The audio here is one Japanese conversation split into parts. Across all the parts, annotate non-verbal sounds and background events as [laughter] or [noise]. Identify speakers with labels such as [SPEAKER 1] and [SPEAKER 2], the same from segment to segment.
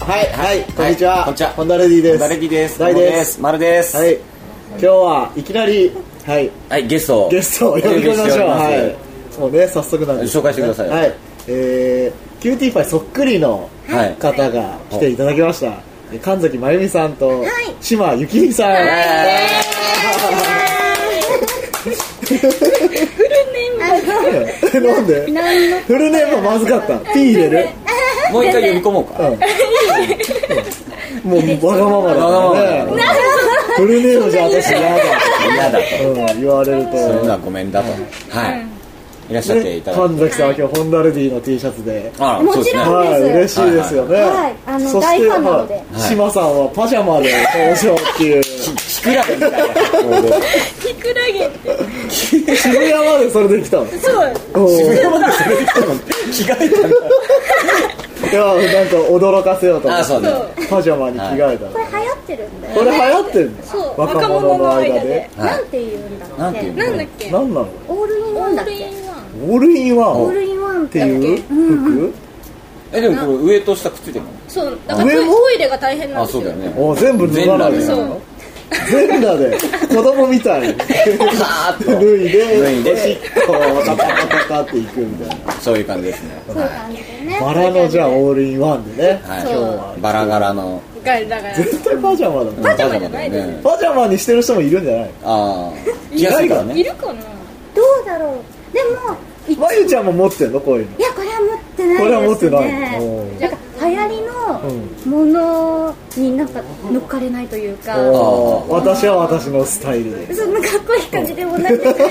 [SPEAKER 1] はい、はい、こんにち
[SPEAKER 2] は
[SPEAKER 1] は。
[SPEAKER 2] いこんにちは
[SPEAKER 1] ホンダレディです。
[SPEAKER 2] ダレディです。
[SPEAKER 1] ダイ
[SPEAKER 2] どうも
[SPEAKER 1] で。
[SPEAKER 2] ですす。丸です。
[SPEAKER 1] はい、今日はいきなり、はい、
[SPEAKER 2] はい、ゲストを。
[SPEAKER 1] ゲストを呼び込みましょう。は
[SPEAKER 2] お呼びしており
[SPEAKER 1] い。もうね、早速なんですけどね
[SPEAKER 2] 紹介してください
[SPEAKER 1] はい。えー、キューティーパイそっくりの
[SPEAKER 2] はい
[SPEAKER 1] 方が来ていただきました。えー神崎真由美さんと、島由紀美さん。なんでフルネームはまずかった。P 入れる
[SPEAKER 2] ますもう一回呼び込もうか。
[SPEAKER 1] もうわがままだからね。フルネームじゃ私嫌だ。
[SPEAKER 2] 嫌だと。
[SPEAKER 1] うん、言われると。
[SPEAKER 2] そういうのはごめんだと。はい。いらっしゃっていただいて。
[SPEAKER 1] 神崎さんは今日ホンダレディの T シャツで。
[SPEAKER 2] あ
[SPEAKER 3] もちろん
[SPEAKER 2] そうですね
[SPEAKER 3] は
[SPEAKER 1] はい、嬉しいですよね。
[SPEAKER 3] はいあの
[SPEAKER 1] そして
[SPEAKER 3] 大ファンなので
[SPEAKER 1] はい島さんはパジャマで登場っていう。
[SPEAKER 2] キクラゲみたいな格好で。
[SPEAKER 3] キクラゲって
[SPEAKER 1] 渋谷までそれで来たの。
[SPEAKER 3] そう
[SPEAKER 1] おー
[SPEAKER 2] 渋谷までそれで来たの着替えたん
[SPEAKER 1] いや、なんか驚かせようと
[SPEAKER 2] だ。
[SPEAKER 1] 思
[SPEAKER 2] あ、
[SPEAKER 1] っ
[SPEAKER 2] そう
[SPEAKER 1] て。
[SPEAKER 2] ね。
[SPEAKER 1] パジャマに着替えたの
[SPEAKER 3] こ。れ流行ってるんだよ
[SPEAKER 1] これ流行ってん
[SPEAKER 3] そ
[SPEAKER 1] の
[SPEAKER 3] う
[SPEAKER 1] 若者の間で。
[SPEAKER 2] はい
[SPEAKER 3] なんて言うんだっけ
[SPEAKER 2] なんていう
[SPEAKER 4] なん
[SPEAKER 2] の
[SPEAKER 4] だっけ
[SPEAKER 1] 何なの
[SPEAKER 3] オールインワンだっけ
[SPEAKER 1] オールインワン
[SPEAKER 3] オ
[SPEAKER 1] っ
[SPEAKER 3] ールインワンってて
[SPEAKER 1] いう服
[SPEAKER 2] え、でもこれ上と下くっついてる
[SPEAKER 4] そうだから
[SPEAKER 1] 上
[SPEAKER 4] トイ
[SPEAKER 1] も
[SPEAKER 4] トイレが大変な
[SPEAKER 2] の
[SPEAKER 4] ん
[SPEAKER 2] あ、
[SPEAKER 4] で
[SPEAKER 2] そう
[SPEAKER 4] すよ
[SPEAKER 2] だよね。
[SPEAKER 1] お全部脱がない
[SPEAKER 2] 全
[SPEAKER 4] そ
[SPEAKER 2] 裸
[SPEAKER 4] う
[SPEAKER 1] 全裸で子供みた
[SPEAKER 3] [laughs]
[SPEAKER 1] いに
[SPEAKER 2] パー
[SPEAKER 1] 脱い
[SPEAKER 2] 脱い
[SPEAKER 1] で
[SPEAKER 2] で
[SPEAKER 1] おしっこをタタタタタっていくみたいな
[SPEAKER 2] ッと。そういう感じですね。
[SPEAKER 3] そういう感じでね
[SPEAKER 1] バラのじゃあオールインワンでね
[SPEAKER 2] はい。
[SPEAKER 4] そう
[SPEAKER 2] はいバラ柄の。
[SPEAKER 4] がだから
[SPEAKER 1] 絶対パジャマだもん
[SPEAKER 4] パジャマじゃないです
[SPEAKER 2] ね。
[SPEAKER 1] パジャマにしてる人もいるんじゃない
[SPEAKER 2] ああ。着やすいから
[SPEAKER 4] い
[SPEAKER 2] ね。
[SPEAKER 4] るかな
[SPEAKER 3] どうだろうでもい
[SPEAKER 1] まゆちゃんも持ってんのこういうの
[SPEAKER 3] いやこれは持ってないで
[SPEAKER 1] こ
[SPEAKER 3] すね
[SPEAKER 1] れは持ってないおー
[SPEAKER 3] なんか流行りのものになんか乗っかれないというか
[SPEAKER 1] おー私は私のスタイルで
[SPEAKER 3] そんなかっこいい感じでもなく
[SPEAKER 1] [laughs]
[SPEAKER 3] てありが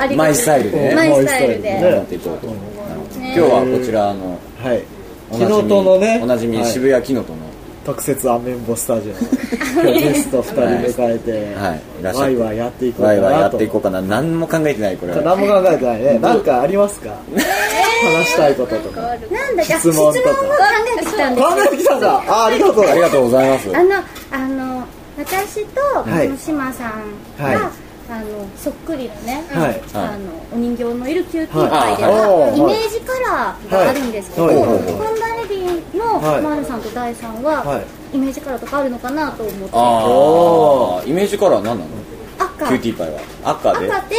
[SPEAKER 3] たい
[SPEAKER 2] マイスタイルでね
[SPEAKER 3] マイスタ
[SPEAKER 1] マ
[SPEAKER 3] イル
[SPEAKER 1] イスタイル
[SPEAKER 3] で
[SPEAKER 1] で
[SPEAKER 2] やっていこうと。なるほど今日はこちら、あの、
[SPEAKER 1] はい
[SPEAKER 2] お
[SPEAKER 1] 昨
[SPEAKER 2] なじみ
[SPEAKER 1] 日とのね
[SPEAKER 2] おなじみ
[SPEAKER 1] はい
[SPEAKER 2] 渋谷キノトの
[SPEAKER 1] 特設アメンボスタジオ今日ゲスト2人迎えて、
[SPEAKER 2] はいいらっしゃ
[SPEAKER 1] ワ
[SPEAKER 2] って
[SPEAKER 1] イワイやっていこう
[SPEAKER 2] ワ
[SPEAKER 1] か
[SPEAKER 2] イワイや
[SPEAKER 1] な
[SPEAKER 2] っ
[SPEAKER 1] と
[SPEAKER 2] ていこうかな何も考えてないこれは
[SPEAKER 1] 何も考えてないね何かありますか話したいこととか
[SPEAKER 3] なんだっけあ
[SPEAKER 1] 質
[SPEAKER 3] 質
[SPEAKER 1] 問
[SPEAKER 3] 問
[SPEAKER 1] と
[SPEAKER 3] も
[SPEAKER 1] か
[SPEAKER 3] 考えてきたんですよ
[SPEAKER 1] 考えてきたんだあありがとう
[SPEAKER 2] ありがとうございます
[SPEAKER 3] あの、あの、私と、
[SPEAKER 1] はい
[SPEAKER 3] この島さんが、
[SPEAKER 1] はい
[SPEAKER 3] あの、そっくりのね、
[SPEAKER 1] はい
[SPEAKER 3] あの、お人形のいるキューティーパイで
[SPEAKER 2] はい
[SPEAKER 1] あはい
[SPEAKER 3] イメージカラーがあるんですけど、
[SPEAKER 1] はいはい
[SPEAKER 3] ホンダレディの
[SPEAKER 1] はい
[SPEAKER 3] マールさんとダイさん
[SPEAKER 1] は
[SPEAKER 3] は、
[SPEAKER 1] い
[SPEAKER 3] イメージカラーとかあるのかなと思って、
[SPEAKER 2] ああイメージカラー何なのキ
[SPEAKER 3] 赤、
[SPEAKER 2] ューティーパイは赤で
[SPEAKER 3] 赤で、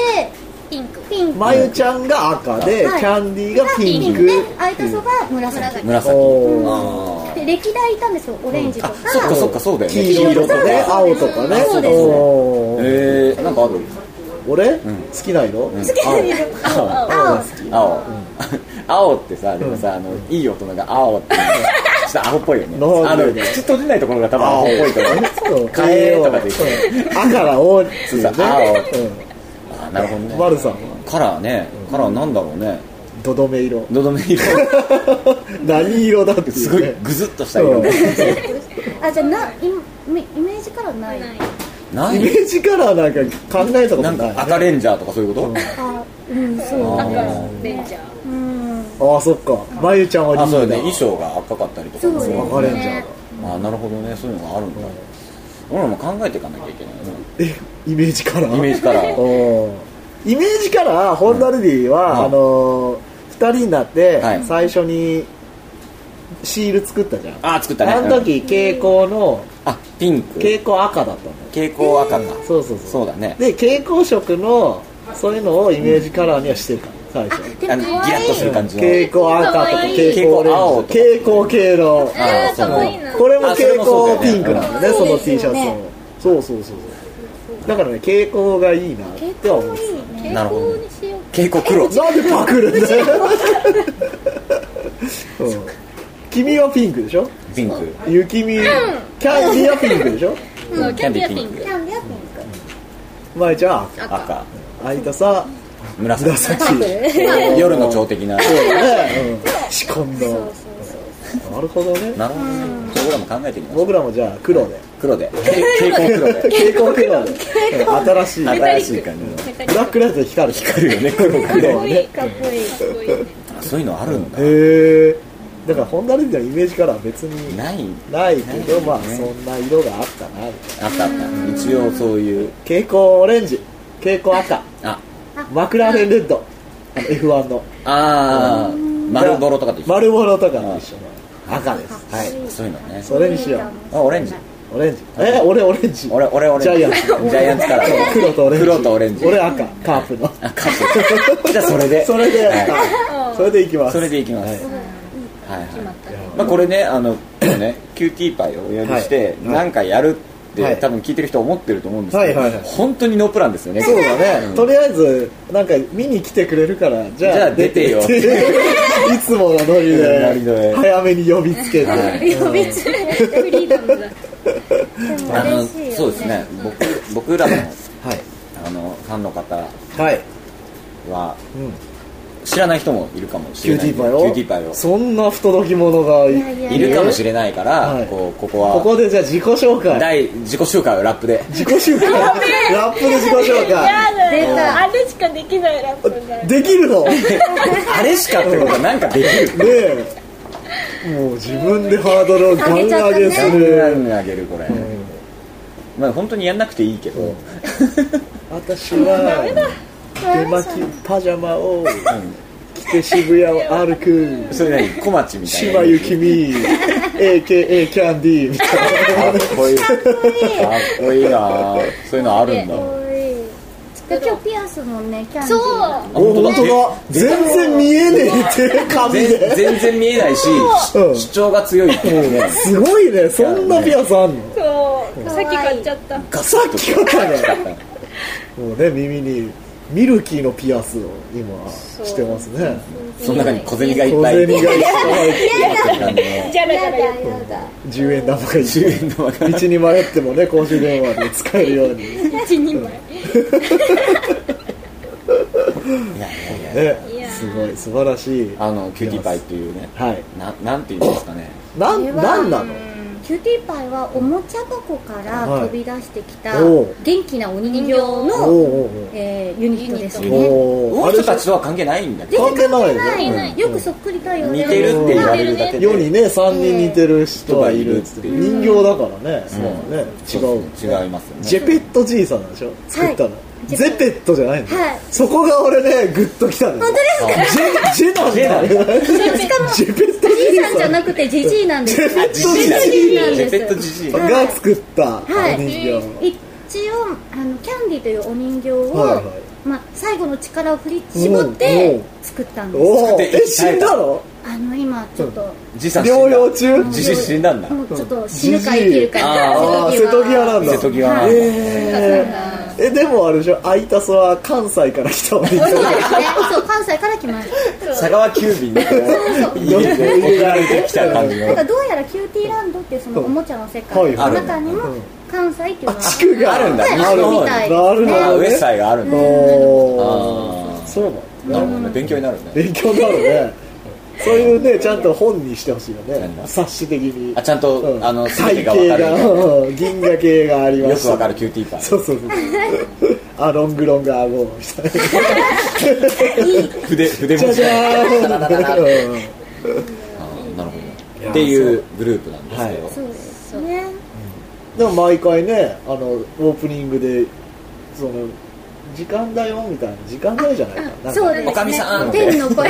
[SPEAKER 3] ピンク、ピンク、
[SPEAKER 1] まゆちゃんが赤で、
[SPEAKER 3] はい
[SPEAKER 1] キャンディーがピンク
[SPEAKER 3] で、アイタソが紫。
[SPEAKER 2] 紫
[SPEAKER 1] お
[SPEAKER 2] あ
[SPEAKER 3] で歴代いたんですよ、オレンジと
[SPEAKER 2] あ
[SPEAKER 3] か。
[SPEAKER 2] そっかそっかそうだよね
[SPEAKER 1] 黄色とかね青とかね
[SPEAKER 3] そうです
[SPEAKER 1] おー
[SPEAKER 2] えー、なんかある
[SPEAKER 1] 俺、好きな色、好き
[SPEAKER 3] 青、
[SPEAKER 2] 青青ってさでもさあのいい大人が青って言うのちょっと青っぽいよね
[SPEAKER 1] な
[SPEAKER 2] あ
[SPEAKER 1] んで
[SPEAKER 2] の口閉じないところが多分青っぽいと思う
[SPEAKER 1] そう
[SPEAKER 2] カレーとかで
[SPEAKER 1] うん赤が青っていうね
[SPEAKER 2] そうそう青
[SPEAKER 1] う
[SPEAKER 2] あなるほど
[SPEAKER 1] ん、マ
[SPEAKER 2] ね
[SPEAKER 1] ルさんは
[SPEAKER 2] カラーねカラーなんだろうね
[SPEAKER 1] ドドメ色 [laughs]
[SPEAKER 2] のどめ色
[SPEAKER 1] 何色だって
[SPEAKER 2] す
[SPEAKER 1] う
[SPEAKER 2] ごい
[SPEAKER 1] ね
[SPEAKER 2] グズっとした色ね
[SPEAKER 3] あ、じゃあな、イメイメージカラーない。
[SPEAKER 2] な
[SPEAKER 1] うんイ
[SPEAKER 2] い
[SPEAKER 1] メージカラーなんか考えたこと
[SPEAKER 2] な
[SPEAKER 1] ない
[SPEAKER 2] んか赤レンジャーとかそういうこと、
[SPEAKER 3] あ、うん、そう。
[SPEAKER 2] あ
[SPEAKER 4] レンジャー
[SPEAKER 3] うん。
[SPEAKER 1] ああそっかまゆちゃんは
[SPEAKER 2] ーあそうだね
[SPEAKER 1] リーダー
[SPEAKER 2] 衣装が赤かったりとか
[SPEAKER 3] そう
[SPEAKER 2] も
[SPEAKER 3] ですね
[SPEAKER 1] 赤レンジャーだ
[SPEAKER 2] あなるほどねそういうのがあるんだ、俺らも考えていかなきゃいけないな
[SPEAKER 1] えイメージカラー
[SPEAKER 2] イメージカラーを
[SPEAKER 1] おーイメージからホンダルディは、
[SPEAKER 2] うん
[SPEAKER 1] あのー、2人になって
[SPEAKER 2] はい
[SPEAKER 1] 最初にシール作ったじゃん、
[SPEAKER 2] あ作ったね
[SPEAKER 1] あの時蛍光の
[SPEAKER 2] あピンク
[SPEAKER 1] 蛍
[SPEAKER 2] 蛍
[SPEAKER 1] 光赤だったのよ
[SPEAKER 2] 光赤か、
[SPEAKER 1] そうそうそう
[SPEAKER 2] そうだね
[SPEAKER 1] で蛍光色のそういうのをイメージカラーにはしてるから最初
[SPEAKER 3] で
[SPEAKER 2] あ
[SPEAKER 3] も
[SPEAKER 2] のギ
[SPEAKER 3] 可
[SPEAKER 2] ラ
[SPEAKER 3] 愛
[SPEAKER 2] ッとす
[SPEAKER 3] い
[SPEAKER 2] る感じの
[SPEAKER 1] 蛍光赤とか
[SPEAKER 4] 可愛い
[SPEAKER 1] 蛍光オレンジ
[SPEAKER 2] 蛍光青とか
[SPEAKER 1] 蛍光系の
[SPEAKER 2] あー
[SPEAKER 4] あー可愛いな
[SPEAKER 1] これも
[SPEAKER 2] あそ
[SPEAKER 1] 蛍
[SPEAKER 2] れもそうだよ
[SPEAKER 1] 光
[SPEAKER 2] ね
[SPEAKER 1] ピンクなんだね
[SPEAKER 3] うん
[SPEAKER 1] その T シャツ
[SPEAKER 3] そうですよ
[SPEAKER 1] もそうそうそうそうだからね蛍光がいいなって思う
[SPEAKER 3] いいね。
[SPEAKER 2] なるほど、ね、
[SPEAKER 4] にしよう
[SPEAKER 2] 蛍光黒
[SPEAKER 1] なんでパクるんだよ、うん君はピンクでしょ
[SPEAKER 2] ピンク
[SPEAKER 1] ゆきみキャンディーはピンクでしょ
[SPEAKER 4] そうキャンディーピン
[SPEAKER 2] キャンディーピン
[SPEAKER 3] キ
[SPEAKER 4] ク
[SPEAKER 3] ャンディーはピン
[SPEAKER 1] まいちゃん赤
[SPEAKER 2] 赤
[SPEAKER 1] あいたさ
[SPEAKER 2] 紫
[SPEAKER 1] 紫
[SPEAKER 2] [laughs] 夜の蝶的な
[SPEAKER 1] そうね、うん、仕込んだなるほどね
[SPEAKER 2] なるほどね
[SPEAKER 1] そ
[SPEAKER 2] 僕らも考えてみましょう
[SPEAKER 1] 僕らもじゃあ黒で
[SPEAKER 2] 黒
[SPEAKER 1] [laughs]
[SPEAKER 2] でけ蛍光黒で
[SPEAKER 1] 蛍光黒でうん新しい
[SPEAKER 4] メタ
[SPEAKER 2] 新
[SPEAKER 4] リ
[SPEAKER 2] しい
[SPEAKER 4] ック
[SPEAKER 2] 感じの
[SPEAKER 4] メタリ
[SPEAKER 1] ブ
[SPEAKER 4] ック
[SPEAKER 1] ラックライトで光る
[SPEAKER 2] 光るよね黒
[SPEAKER 4] かっ
[SPEAKER 2] 黒
[SPEAKER 4] こいいかっこいいかっこいい
[SPEAKER 2] そういうのあるんだ
[SPEAKER 1] へえだからホンダレンジャーのイメージからは別に
[SPEAKER 2] ない
[SPEAKER 1] ないけどまあ
[SPEAKER 2] ないね
[SPEAKER 1] そんな色があったな
[SPEAKER 2] あったあった一応そういう
[SPEAKER 1] 蛍光オレンジ蛍光赤
[SPEAKER 2] あ
[SPEAKER 1] マクラーレンレッドあの F1 の
[SPEAKER 2] あー丸ボロとかと一緒
[SPEAKER 1] 丸ボロとかと一緒の赤ですはい
[SPEAKER 2] そういうのね
[SPEAKER 1] それにしよう
[SPEAKER 2] あオレンジ
[SPEAKER 1] オレンジえ俺オレンジ
[SPEAKER 2] 俺俺俺
[SPEAKER 1] ジャイアンツ
[SPEAKER 2] ジャイアンツカラー
[SPEAKER 1] 黒とオレンジ
[SPEAKER 2] 黒とオレンジ
[SPEAKER 1] 俺赤カープの
[SPEAKER 2] あカップじゃあそれで
[SPEAKER 1] それで、
[SPEAKER 2] はい
[SPEAKER 1] はいそれでいきます
[SPEAKER 2] それでいきます
[SPEAKER 1] はい
[SPEAKER 2] はいは
[SPEAKER 1] い
[SPEAKER 2] い
[SPEAKER 1] や
[SPEAKER 2] まあこれねあの今日ね QT パイをお呼びして
[SPEAKER 1] はい
[SPEAKER 2] 何回やるっ
[SPEAKER 1] は
[SPEAKER 2] て
[SPEAKER 1] い
[SPEAKER 2] 多分聞いてる人思ってると思うんですけど
[SPEAKER 1] はいはいはい
[SPEAKER 2] 本当にノープランですよね
[SPEAKER 1] そうだね、
[SPEAKER 2] ん
[SPEAKER 1] とりあえずなんか見に来てくれるからじゃあ
[SPEAKER 2] じゃあ出てよ
[SPEAKER 1] いつものノリ
[SPEAKER 2] ノリで
[SPEAKER 1] で早めに呼びつけて、
[SPEAKER 2] はい
[SPEAKER 4] 呼びつけフリーダムだ
[SPEAKER 2] あの
[SPEAKER 3] 嬉しいよね
[SPEAKER 2] そうですね僕僕らの
[SPEAKER 1] はい
[SPEAKER 2] あのファンの方
[SPEAKER 1] はい、
[SPEAKER 2] は
[SPEAKER 1] うん、
[SPEAKER 2] 知らない人もいるかもし
[SPEAKER 1] キュ
[SPEAKER 2] れ
[SPEAKER 1] ー
[SPEAKER 2] な
[SPEAKER 1] テ
[SPEAKER 2] い
[SPEAKER 1] ィーパイを
[SPEAKER 2] QT パイを
[SPEAKER 1] そんな不届き者がい
[SPEAKER 3] いやいや
[SPEAKER 2] いるかも
[SPEAKER 1] れ
[SPEAKER 2] しれないから、
[SPEAKER 1] はい
[SPEAKER 2] こうここは
[SPEAKER 1] ここでじゃあ自己紹介
[SPEAKER 2] 第自己紹介をラップで
[SPEAKER 1] 自己紹介ラップで自己紹
[SPEAKER 4] や
[SPEAKER 1] 介
[SPEAKER 4] だ
[SPEAKER 3] 出た
[SPEAKER 4] あれしかできないラップだ
[SPEAKER 1] できるのね
[SPEAKER 2] あれしかってことはなんかできる
[SPEAKER 1] えもう自分でハードルをガン上げす
[SPEAKER 2] ガン
[SPEAKER 1] る
[SPEAKER 2] ガンあげるこれ、まあ本当にやんなくていいけど、うん
[SPEAKER 1] 私は手巻きパジャマを着て渋谷を歩く
[SPEAKER 2] それなりに小町みたいな
[SPEAKER 1] 島由紀美 AKA キャンディーみたい
[SPEAKER 2] かっこいいかっこいいなそういうのあるんだ
[SPEAKER 3] で今日ピアスもねキャンディー
[SPEAKER 4] そう
[SPEAKER 1] なお本当だ
[SPEAKER 2] で
[SPEAKER 1] 全然見えねえって髪
[SPEAKER 2] 全
[SPEAKER 1] で
[SPEAKER 2] 全然見えないし、
[SPEAKER 1] うん
[SPEAKER 2] 主張が強いっていうね
[SPEAKER 1] すごいねそんなピアスあんの
[SPEAKER 4] そうさっき買っちゃった
[SPEAKER 2] ガサッと
[SPEAKER 1] 聞かったねもうね耳にミルキーのピアスを今してますね
[SPEAKER 2] その中に小銭がいっ
[SPEAKER 1] 小
[SPEAKER 2] ぱい
[SPEAKER 1] 銭がいっぱい
[SPEAKER 2] あの
[SPEAKER 4] じゃらじ
[SPEAKER 3] や
[SPEAKER 4] ゃら
[SPEAKER 3] だ
[SPEAKER 4] やっ
[SPEAKER 3] やだ
[SPEAKER 1] 10円玉が
[SPEAKER 2] 10
[SPEAKER 1] 10
[SPEAKER 2] 円玉が
[SPEAKER 1] 円道に迷ってもね公衆電話で使えるように
[SPEAKER 4] た一人前
[SPEAKER 2] いやいやいや
[SPEAKER 4] いや
[SPEAKER 1] ね
[SPEAKER 4] ー
[SPEAKER 1] すごい素晴らしい
[SPEAKER 2] あのキューティーパイっていうね
[SPEAKER 1] はい
[SPEAKER 2] ななんて言うんですかね
[SPEAKER 1] なんなんなの
[SPEAKER 3] キューティーパイはおもちゃ箱から飛び出してきた
[SPEAKER 1] はいおう
[SPEAKER 3] 元気なお人形
[SPEAKER 1] お
[SPEAKER 3] の、
[SPEAKER 1] うおう
[SPEAKER 3] えーユニットです
[SPEAKER 2] ユ
[SPEAKER 1] おう
[SPEAKER 3] ね
[SPEAKER 1] おう
[SPEAKER 2] この人たちとは関係ないんだけど
[SPEAKER 1] 関係ないよ
[SPEAKER 3] は
[SPEAKER 1] ね
[SPEAKER 3] い、よくそっくりだよね
[SPEAKER 2] 似てるって言われるだけで
[SPEAKER 1] 世にね3人似てる人はいるっつって
[SPEAKER 2] う
[SPEAKER 1] 人形だからねそうだね違
[SPEAKER 2] そう
[SPEAKER 1] う
[SPEAKER 2] ですね違いますよね
[SPEAKER 1] ジェペットじいさんなんでしょ作ったの
[SPEAKER 3] ジェ
[SPEAKER 1] ゼペットじゃないの
[SPEAKER 3] はい
[SPEAKER 1] そこが俺ねグッときたの本
[SPEAKER 3] 当
[SPEAKER 1] ですかジェジェなんだよ
[SPEAKER 3] しかも
[SPEAKER 1] ジェペット
[SPEAKER 3] じい
[SPEAKER 1] じい
[SPEAKER 3] さんじ
[SPEAKER 1] さ
[SPEAKER 3] ゃ
[SPEAKER 1] ん
[SPEAKER 3] なくてじじいなんです
[SPEAKER 1] ジェペット
[SPEAKER 2] ジジイだ
[SPEAKER 3] ジジイなん
[SPEAKER 2] ジ
[SPEAKER 3] で
[SPEAKER 2] ェ
[SPEAKER 3] す
[SPEAKER 2] ペットジジイ
[SPEAKER 3] はい
[SPEAKER 1] が作ったお人
[SPEAKER 3] はい
[SPEAKER 1] 形
[SPEAKER 3] 一応あのキャンディーというお人形を、
[SPEAKER 1] はいはい
[SPEAKER 3] まあ、最後の力を振り絞って
[SPEAKER 1] おうおう
[SPEAKER 3] 作ったんです
[SPEAKER 1] おおえ死んだの
[SPEAKER 3] あの今ちょっと、
[SPEAKER 2] じいさん死んだ
[SPEAKER 1] 療養中
[SPEAKER 2] じじい死んだんだ
[SPEAKER 3] もうちょっと死ぬか生きるか
[SPEAKER 1] ああ瀬戸際なんだ
[SPEAKER 2] 瀬戸際なんだ
[SPEAKER 1] えーえでもあれでしょアイタスは関西から来たお人形
[SPEAKER 3] そうですねそう関西から来ました
[SPEAKER 2] 佐川急便でこう家で送られてきた感じ
[SPEAKER 3] なん
[SPEAKER 2] の
[SPEAKER 3] かどうやらキューティーランドっていうそのおもちゃの世
[SPEAKER 1] は
[SPEAKER 3] 界
[SPEAKER 1] い
[SPEAKER 3] の中にも関西っていうのが
[SPEAKER 1] 地区が
[SPEAKER 2] あるん
[SPEAKER 1] な
[SPEAKER 2] だ西
[SPEAKER 1] る
[SPEAKER 2] の
[SPEAKER 1] ほど
[SPEAKER 2] 方に
[SPEAKER 1] なるほど
[SPEAKER 2] あ
[SPEAKER 1] ね
[SPEAKER 2] ウエスタイがあるんだ
[SPEAKER 1] お
[SPEAKER 2] あ
[SPEAKER 1] ー
[SPEAKER 2] ー
[SPEAKER 1] そうなん
[SPEAKER 2] な
[SPEAKER 1] だ
[SPEAKER 2] る
[SPEAKER 1] ね
[SPEAKER 2] ほどね勉強になるね
[SPEAKER 1] 勉強になるねそういうねちゃんと本にしてほしいよ
[SPEAKER 2] なり
[SPEAKER 1] ね
[SPEAKER 2] ます
[SPEAKER 1] 冊子的に
[SPEAKER 2] あちゃんと
[SPEAKER 1] うん
[SPEAKER 2] あの全
[SPEAKER 1] 体
[SPEAKER 2] て
[SPEAKER 1] 型
[SPEAKER 2] が分かる
[SPEAKER 1] がうん銀河系がありま
[SPEAKER 2] よ
[SPEAKER 1] す
[SPEAKER 2] くわかるキューティーパイ
[SPEAKER 1] そうそうそう
[SPEAKER 2] [laughs]
[SPEAKER 1] あロングロングアゴーみたいな
[SPEAKER 2] 筆筆
[SPEAKER 1] じゃ
[SPEAKER 2] 文字
[SPEAKER 1] じゃーん
[SPEAKER 2] ダダダダダ
[SPEAKER 1] うん
[SPEAKER 2] あーなるほ
[SPEAKER 1] いや
[SPEAKER 2] どっていうグループなんですけど、
[SPEAKER 1] は
[SPEAKER 3] そうですね
[SPEAKER 1] でも毎回ねあのオープニングでその時間だよみたいな時間だよじゃないかなんか
[SPEAKER 3] そうですね
[SPEAKER 2] おかみさん
[SPEAKER 1] [laughs]
[SPEAKER 3] 天の声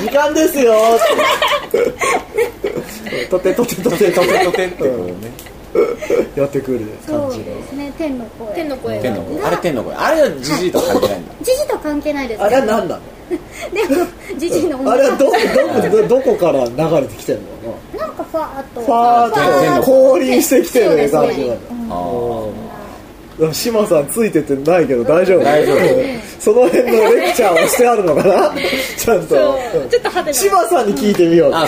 [SPEAKER 1] 時間ですよ
[SPEAKER 3] [laughs]
[SPEAKER 1] ーってとてとてとてと
[SPEAKER 2] トテ
[SPEAKER 1] て
[SPEAKER 2] トテってこうね、
[SPEAKER 1] やってくる感
[SPEAKER 3] そ
[SPEAKER 1] じ
[SPEAKER 3] う
[SPEAKER 1] が
[SPEAKER 3] ですね天の声
[SPEAKER 4] 天の声
[SPEAKER 2] 天の声あれ天の声あれはじじいとは関係ないんだ
[SPEAKER 3] じじと関係ないです
[SPEAKER 1] あれは
[SPEAKER 3] で
[SPEAKER 1] 何なの
[SPEAKER 3] もじじのおも
[SPEAKER 1] あ
[SPEAKER 3] ち
[SPEAKER 1] れ
[SPEAKER 3] ゃ
[SPEAKER 1] はど [laughs] どどどこから流れてきてるの
[SPEAKER 3] なんかファーっと
[SPEAKER 1] ファーって降臨してきてるね
[SPEAKER 3] そう
[SPEAKER 1] 感
[SPEAKER 3] です
[SPEAKER 1] じ
[SPEAKER 3] ね
[SPEAKER 1] が
[SPEAKER 2] あー
[SPEAKER 1] でも志麻さんついてってないけど大丈夫
[SPEAKER 2] 大丈夫
[SPEAKER 1] その辺のレクチャーをしてあるのか
[SPEAKER 4] [laughs]
[SPEAKER 1] なちゃんと
[SPEAKER 4] そうちょっと派手な
[SPEAKER 1] 志麻さんに聞いてみよう
[SPEAKER 2] あ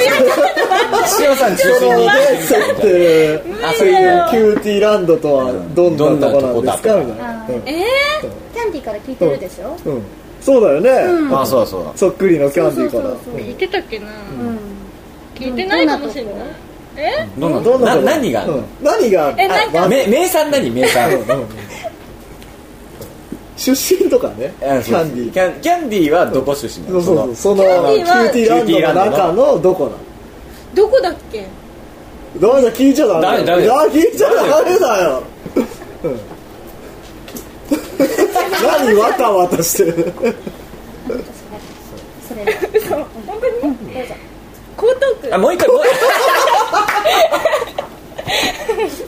[SPEAKER 2] そう塩さん中
[SPEAKER 1] そ
[SPEAKER 2] 心
[SPEAKER 1] の
[SPEAKER 2] に
[SPEAKER 1] ね設定
[SPEAKER 2] あそういうの
[SPEAKER 1] キューティーランドとはどんなとこなんですか
[SPEAKER 2] どん
[SPEAKER 1] み
[SPEAKER 2] なとこだ
[SPEAKER 1] たいな、
[SPEAKER 3] うん
[SPEAKER 4] え
[SPEAKER 3] キャンディーから聞いてるでしょ
[SPEAKER 1] うんうんそうだよね、
[SPEAKER 2] あそうだそうだ
[SPEAKER 1] そっくりのキャンディーか
[SPEAKER 3] そ
[SPEAKER 1] ら
[SPEAKER 3] うそうそう
[SPEAKER 4] ー、聞いてたっけな
[SPEAKER 3] うん
[SPEAKER 4] 聞いてないかもしれない
[SPEAKER 3] どんなとこ
[SPEAKER 4] え
[SPEAKER 1] ど
[SPEAKER 2] どんな
[SPEAKER 1] んな
[SPEAKER 2] な
[SPEAKER 1] こと
[SPEAKER 2] 何があるの
[SPEAKER 1] うん何がある
[SPEAKER 4] えなんか
[SPEAKER 1] あ
[SPEAKER 2] め名産何名産
[SPEAKER 1] うんうん出身とかねキ
[SPEAKER 2] あそう
[SPEAKER 1] ャンディー
[SPEAKER 2] キャンキャンディーはどこ出身な
[SPEAKER 1] そ
[SPEAKER 2] の
[SPEAKER 1] うそうそうその
[SPEAKER 4] キ
[SPEAKER 1] キ
[SPEAKER 4] ャンディーは
[SPEAKER 1] ューティーランドの中のどこなの
[SPEAKER 4] どこだっけ
[SPEAKER 1] ダメだ聞いちゃダメ
[SPEAKER 2] ダメダメ
[SPEAKER 1] だ聞いちゃダメだようん何わたわたしてる
[SPEAKER 3] それは
[SPEAKER 4] 嘘本当にどうぞ江東区
[SPEAKER 2] あもう一回もう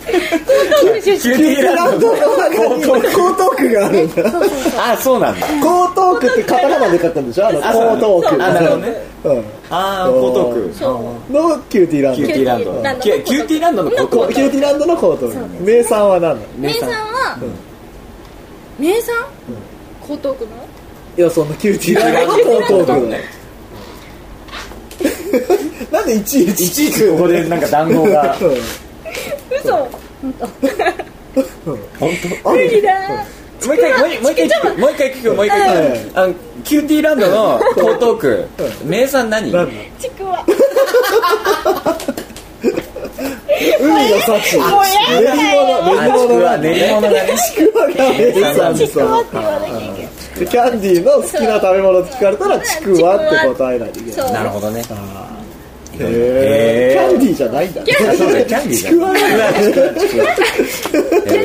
[SPEAKER 4] 江東区出
[SPEAKER 2] キ
[SPEAKER 1] キュ
[SPEAKER 2] ュー
[SPEAKER 4] 身
[SPEAKER 1] ー
[SPEAKER 2] テ
[SPEAKER 1] ティ
[SPEAKER 2] ィー
[SPEAKER 1] ーラ
[SPEAKER 2] ラ
[SPEAKER 1] ン
[SPEAKER 2] ン
[SPEAKER 1] ド
[SPEAKER 2] ド
[SPEAKER 1] の中に江東区があるんだ江
[SPEAKER 3] そうそうそう
[SPEAKER 2] あそうなんだ
[SPEAKER 1] 東区ってカタカナで書くんでしょあの江
[SPEAKER 2] あそう
[SPEAKER 1] 東区
[SPEAKER 2] あなるほどね
[SPEAKER 1] うん
[SPEAKER 2] ああ江東区
[SPEAKER 4] そう
[SPEAKER 1] のキューティーラン
[SPEAKER 2] キ
[SPEAKER 1] ド
[SPEAKER 2] ューティーランドのキ
[SPEAKER 4] キ
[SPEAKER 2] ュ
[SPEAKER 4] ュ
[SPEAKER 2] ーテ
[SPEAKER 4] ーテ
[SPEAKER 2] ィー
[SPEAKER 4] ィー
[SPEAKER 2] ラ
[SPEAKER 4] ラ
[SPEAKER 2] ンド
[SPEAKER 4] ンド
[SPEAKER 2] の江
[SPEAKER 4] の
[SPEAKER 2] 東
[SPEAKER 1] こキューティーランドの江東
[SPEAKER 3] そう
[SPEAKER 1] 区名産は何なの
[SPEAKER 3] 名産は、名産
[SPEAKER 4] 江東区の
[SPEAKER 1] いや [laughs] そのキューティーランドの江東区だよ [laughs] なんでいちいち
[SPEAKER 2] いちいちここでなんか談合 [laughs] が
[SPEAKER 1] うん
[SPEAKER 4] 嘘
[SPEAKER 2] 本
[SPEAKER 4] 無理だ
[SPEAKER 2] 当もう一回もう一もう一回聞くもう一回聞くもう一回聞くあのキューティーランドの江東区名産何
[SPEAKER 1] なんだ
[SPEAKER 4] ちくわ
[SPEAKER 1] 海の幸練り物練り物な
[SPEAKER 2] あちく
[SPEAKER 4] もうやだよ
[SPEAKER 2] わ
[SPEAKER 1] んだ
[SPEAKER 2] 練り物だね
[SPEAKER 1] ちくわが名産
[SPEAKER 2] ち
[SPEAKER 1] で
[SPEAKER 4] ちくわっ
[SPEAKER 1] さ
[SPEAKER 4] て言わなきゃいけない
[SPEAKER 1] キャンディーの好きな食べ物って聞かれたらちくわって答えないといけ
[SPEAKER 4] そ
[SPEAKER 1] な
[SPEAKER 4] う
[SPEAKER 1] い
[SPEAKER 2] [laughs] なるほどね
[SPEAKER 1] あー
[SPEAKER 2] へー
[SPEAKER 1] へーキャンディーじゃないんだね
[SPEAKER 2] [laughs] あそうだよキャンディー [laughs]
[SPEAKER 1] ちくわがない
[SPEAKER 2] だ
[SPEAKER 4] でもキャ
[SPEAKER 2] え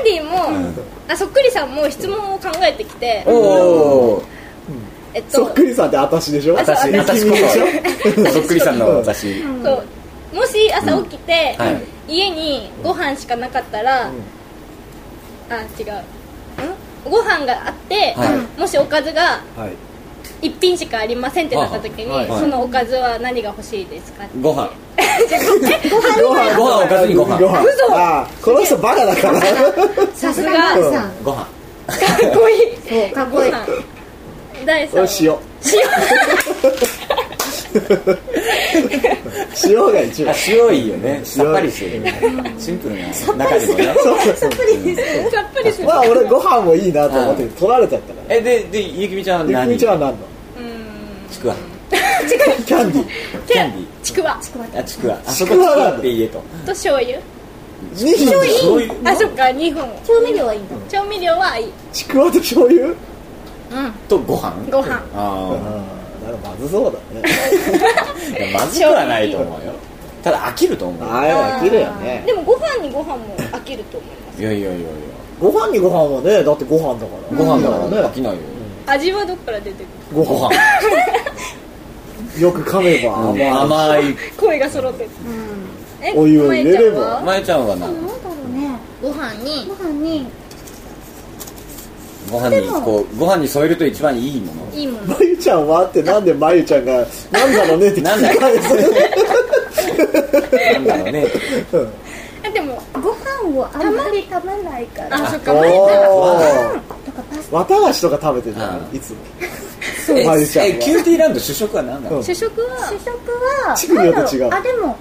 [SPEAKER 4] ンディーもあそっくりさんも質問を考えてきて
[SPEAKER 2] ーおー
[SPEAKER 4] えっと
[SPEAKER 1] そっくりさんってあたしでしょ
[SPEAKER 4] そう
[SPEAKER 2] 私
[SPEAKER 1] みき
[SPEAKER 2] 私
[SPEAKER 1] み
[SPEAKER 2] こ
[SPEAKER 1] でしょ
[SPEAKER 2] [laughs] そそっくりさんの私
[SPEAKER 4] そうもし朝起きて、
[SPEAKER 2] うんはい
[SPEAKER 4] 家にご飯しかなかったら、あ違ううんご飯があって、
[SPEAKER 2] は
[SPEAKER 4] もしおかずが
[SPEAKER 1] はい
[SPEAKER 4] 一品しかありませんってなった時に、
[SPEAKER 1] はい
[SPEAKER 2] はい
[SPEAKER 4] そのおかずは何が欲しいですかって
[SPEAKER 2] ご飯
[SPEAKER 1] ご飯
[SPEAKER 2] ご飯おかずにご飯
[SPEAKER 4] 嘘
[SPEAKER 1] あーこの人バカだから
[SPEAKER 3] さすが
[SPEAKER 4] さ
[SPEAKER 1] すが
[SPEAKER 3] さん
[SPEAKER 2] ご飯
[SPEAKER 4] かっこいい
[SPEAKER 3] そうかっこいい
[SPEAKER 4] ご飯第
[SPEAKER 1] お
[SPEAKER 4] 三
[SPEAKER 1] 塩
[SPEAKER 4] 位
[SPEAKER 1] [laughs] 塩塩が一
[SPEAKER 2] あ
[SPEAKER 1] 番
[SPEAKER 2] 塩いいよねさっぱりしてるシンプルな中でもね
[SPEAKER 1] そうそうそう
[SPEAKER 4] さっぱりする
[SPEAKER 1] まあ俺ご飯もいいなと思って取られちゃったから
[SPEAKER 2] えででゆきみちゃんは
[SPEAKER 1] ゆき
[SPEAKER 2] 何
[SPEAKER 1] みちゃんは何の
[SPEAKER 2] ちくわ
[SPEAKER 1] キャンディー
[SPEAKER 2] キャンディ
[SPEAKER 4] ちくわ
[SPEAKER 2] ーあちくわあ
[SPEAKER 1] ち
[SPEAKER 2] そ
[SPEAKER 1] く
[SPEAKER 2] こ
[SPEAKER 1] わ
[SPEAKER 2] ち
[SPEAKER 1] な
[SPEAKER 2] く
[SPEAKER 1] んだ
[SPEAKER 2] わって言えと
[SPEAKER 4] と醤油
[SPEAKER 1] 2品でしょ
[SPEAKER 2] そういう
[SPEAKER 4] あそっか2本
[SPEAKER 3] 調味料はいいんだ
[SPEAKER 4] 調味料はいい
[SPEAKER 1] ちくわと醤油
[SPEAKER 2] とご飯
[SPEAKER 4] ご飯
[SPEAKER 2] あ
[SPEAKER 1] ああなんかまずそうだね
[SPEAKER 2] あいやまずくはないと思うよただ飽きると思う
[SPEAKER 1] あれは綺麗よね
[SPEAKER 4] でもご飯にご飯も飽きると思います
[SPEAKER 2] いやいやいやいや
[SPEAKER 1] ご飯にご飯はねだってご飯だから
[SPEAKER 2] ご飯だから飽
[SPEAKER 1] ね
[SPEAKER 2] きないよ
[SPEAKER 4] 味はどっから出てくる
[SPEAKER 1] ご
[SPEAKER 2] ご
[SPEAKER 1] 飯
[SPEAKER 2] 飯
[SPEAKER 1] よく噛めば
[SPEAKER 2] 甘い
[SPEAKER 1] 甘い
[SPEAKER 2] 甘い
[SPEAKER 4] 声が揃ってる
[SPEAKER 3] うん
[SPEAKER 4] え
[SPEAKER 1] お湯を入れれば
[SPEAKER 4] まえちゃんは
[SPEAKER 2] まえちゃんはな
[SPEAKER 3] なんだろうね
[SPEAKER 4] ご飯に
[SPEAKER 3] ご飯に
[SPEAKER 2] ご飯にこうご飯に添えると一番いいもの
[SPEAKER 4] いいもの
[SPEAKER 1] まゆちゃんはってなんでまゆちゃんがなんだろうねって聞き
[SPEAKER 2] なんだよ
[SPEAKER 1] 返す
[SPEAKER 2] なんだろうね
[SPEAKER 4] えでも
[SPEAKER 3] ご飯をあんまり食べないから
[SPEAKER 4] あそっか前から
[SPEAKER 1] おー
[SPEAKER 3] とかパス
[SPEAKER 1] 綿菓子とか食べてるじゃ
[SPEAKER 2] うんん
[SPEAKER 1] いつも
[SPEAKER 2] [laughs] え
[SPEAKER 1] まゆちゃんは
[SPEAKER 2] えキューティーランド主食は何な
[SPEAKER 1] う
[SPEAKER 2] の
[SPEAKER 1] ん
[SPEAKER 4] 主食は
[SPEAKER 3] 主食は
[SPEAKER 1] 乳首はと違う
[SPEAKER 3] なんだろあでも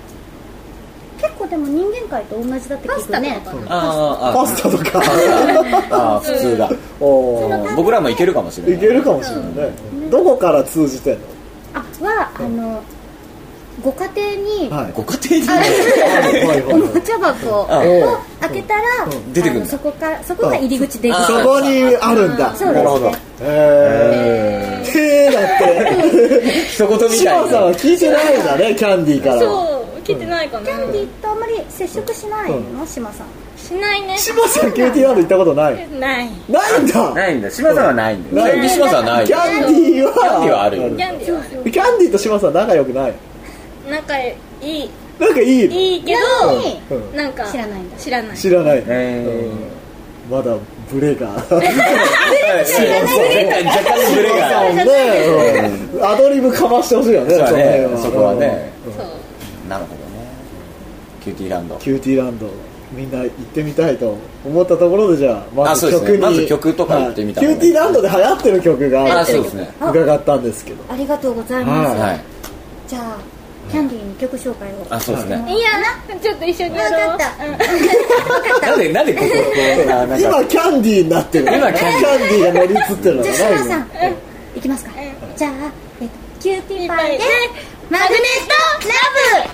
[SPEAKER 3] 結構でも人間界と同じだって聞くね
[SPEAKER 4] パスタとか
[SPEAKER 2] あー
[SPEAKER 1] パスタと
[SPEAKER 2] [laughs]
[SPEAKER 1] か
[SPEAKER 2] あーあー普通だ
[SPEAKER 1] おー
[SPEAKER 2] うん僕らもいけるかもしれない
[SPEAKER 1] いけるかもしれないねどこから通じてんの
[SPEAKER 3] あはあのご家庭に
[SPEAKER 1] はい
[SPEAKER 2] ご家庭
[SPEAKER 1] はい [laughs]
[SPEAKER 3] おもちゃ箱を
[SPEAKER 1] お
[SPEAKER 3] 開けたら、
[SPEAKER 1] うん
[SPEAKER 2] 出てくるんだ
[SPEAKER 3] あのそこからそこが入り口で
[SPEAKER 2] あ
[SPEAKER 1] そこにあるんだ
[SPEAKER 3] そうで
[SPEAKER 2] なるほ
[SPEAKER 3] す
[SPEAKER 2] ど
[SPEAKER 3] ね
[SPEAKER 1] へーへーだって
[SPEAKER 2] 一言み
[SPEAKER 1] 志
[SPEAKER 2] たい
[SPEAKER 1] 麻さん
[SPEAKER 2] な
[SPEAKER 1] は聞いてないんだねキャンディーからは
[SPEAKER 4] そう聞いてないかな
[SPEAKER 3] キャンディーとあんまり接触しないの、志麻さん
[SPEAKER 4] しないね
[SPEAKER 1] 志麻さんキューティーランド行ったことない
[SPEAKER 4] ない
[SPEAKER 1] ないんだ
[SPEAKER 2] ないんだ島さんはないんだ
[SPEAKER 1] ない
[SPEAKER 2] よで島さんはないん
[SPEAKER 1] キ
[SPEAKER 2] だよ
[SPEAKER 1] ャンディーは
[SPEAKER 2] キャンディーはある
[SPEAKER 4] ギャンディー
[SPEAKER 1] キャ
[SPEAKER 4] は
[SPEAKER 1] ンディーと志麻さん仲良くない
[SPEAKER 4] 仲いい
[SPEAKER 1] なんかいいの
[SPEAKER 4] いいけ
[SPEAKER 1] う
[SPEAKER 4] ど
[SPEAKER 1] ん
[SPEAKER 4] なんか
[SPEAKER 3] 知らないんだ
[SPEAKER 4] 知らない
[SPEAKER 1] 知らない
[SPEAKER 2] え
[SPEAKER 1] うんまだブレが志麻
[SPEAKER 2] ーそう前回若干のブレが
[SPEAKER 1] さんねうんアドリブかましてほしいよね
[SPEAKER 2] そうだね
[SPEAKER 1] の辺
[SPEAKER 2] そこはね
[SPEAKER 4] そう
[SPEAKER 2] なるほどねキューティーランド
[SPEAKER 1] キューティーランドみんな行ってみたいと思ったところでじゃあま
[SPEAKER 2] あ
[SPEAKER 1] ず
[SPEAKER 2] そうです
[SPEAKER 1] 曲
[SPEAKER 2] ね
[SPEAKER 1] に、
[SPEAKER 2] まず曲とか行ってみた
[SPEAKER 1] はいいキューティーランドで流行ってる曲が
[SPEAKER 2] あそうですね
[SPEAKER 1] 伺ったんですけど
[SPEAKER 3] ありがとうございます、
[SPEAKER 1] はい
[SPEAKER 2] はい
[SPEAKER 3] じゃあキャンディーに曲紹介を
[SPEAKER 2] あそうですね
[SPEAKER 4] いやなちょっと一緒にやろう
[SPEAKER 3] わかった
[SPEAKER 4] うん
[SPEAKER 2] なんでなんでこここんななんか
[SPEAKER 1] 今キャンディーになってる
[SPEAKER 2] 今キャン
[SPEAKER 1] デ
[SPEAKER 2] ディー
[SPEAKER 1] ィーが乗り移ってるの
[SPEAKER 3] じゃ
[SPEAKER 1] が
[SPEAKER 3] あ
[SPEAKER 1] ない
[SPEAKER 3] 志麻さん
[SPEAKER 1] 今
[SPEAKER 3] いきますか
[SPEAKER 4] う
[SPEAKER 3] じゃあ、えっと、キューティーパイで
[SPEAKER 4] キューティーパイで
[SPEAKER 3] マグネットラブ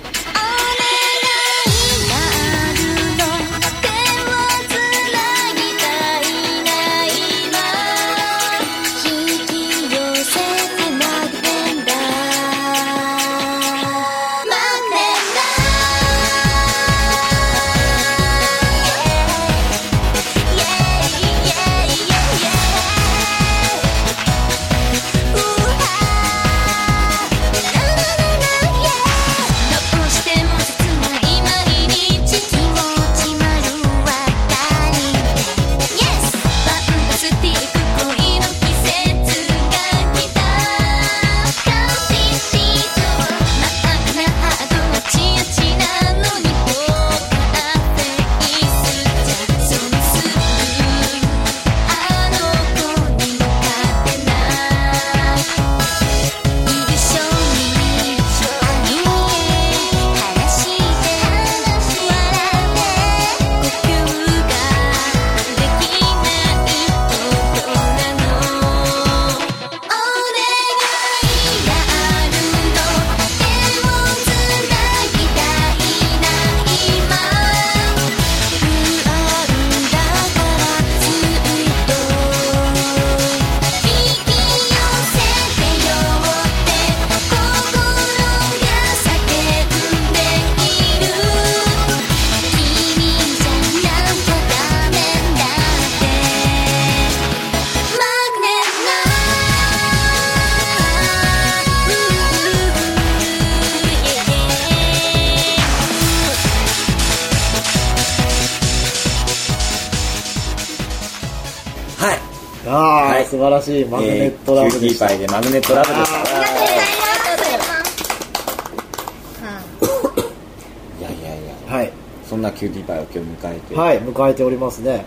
[SPEAKER 1] ああ、
[SPEAKER 2] はい
[SPEAKER 1] 素晴らしいマグネットラ
[SPEAKER 2] えー
[SPEAKER 1] ブ
[SPEAKER 2] キュー
[SPEAKER 1] で
[SPEAKER 2] テ
[SPEAKER 1] し
[SPEAKER 2] ィー
[SPEAKER 1] た、
[SPEAKER 2] パイでマグネットラブでした
[SPEAKER 4] ありがとうございます。
[SPEAKER 2] いやいやいや
[SPEAKER 1] はい
[SPEAKER 2] そんなキューティーパイを今日迎えて、
[SPEAKER 1] はい迎えておりますね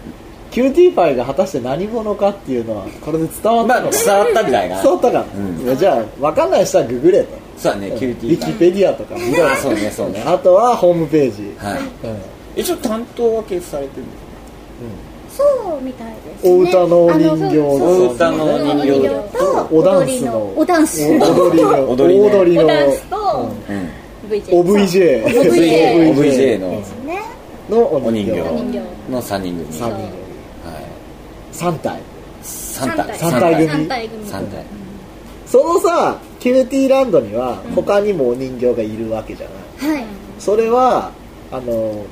[SPEAKER 1] キューティーパイが果たして何者かっていうのはこれで伝わっ
[SPEAKER 2] ま
[SPEAKER 1] た
[SPEAKER 2] あ
[SPEAKER 1] のか、
[SPEAKER 2] 伝わったんじゃないかな
[SPEAKER 1] 伝わったかな、
[SPEAKER 2] うん
[SPEAKER 1] いやじゃあ分かんない人はググれと
[SPEAKER 2] そうだねキューテ
[SPEAKER 1] ウィ
[SPEAKER 2] ィーパ
[SPEAKER 1] キ
[SPEAKER 2] イ
[SPEAKER 1] ペディアとか見ろ
[SPEAKER 2] あそうねそうね
[SPEAKER 1] あとはホームページ、
[SPEAKER 2] はい
[SPEAKER 1] うん
[SPEAKER 2] 一応担当は消されてるんです
[SPEAKER 3] そうみたいですね
[SPEAKER 1] お歌のお人形
[SPEAKER 3] あ
[SPEAKER 2] の
[SPEAKER 1] の
[SPEAKER 2] お歌のお人形
[SPEAKER 3] と
[SPEAKER 1] おダンスの
[SPEAKER 3] おダンス
[SPEAKER 1] お踊りの
[SPEAKER 2] 踊りね
[SPEAKER 1] 踊りの
[SPEAKER 4] おダンスと
[SPEAKER 2] うん
[SPEAKER 1] うん
[SPEAKER 4] VJ。
[SPEAKER 1] OVJ
[SPEAKER 4] OVJ
[SPEAKER 2] OVJ の
[SPEAKER 3] ね
[SPEAKER 1] のお
[SPEAKER 2] お人
[SPEAKER 1] 人
[SPEAKER 2] 形
[SPEAKER 1] 形
[SPEAKER 4] 人形
[SPEAKER 2] の3人組
[SPEAKER 1] 三
[SPEAKER 2] は
[SPEAKER 1] 人
[SPEAKER 2] い
[SPEAKER 1] 3体
[SPEAKER 2] 3体
[SPEAKER 1] 三体組
[SPEAKER 4] 三体組。
[SPEAKER 2] 3体
[SPEAKER 1] そのさキューティーランドには他にもお人形がいるわけじゃない、
[SPEAKER 3] はい
[SPEAKER 1] それはあの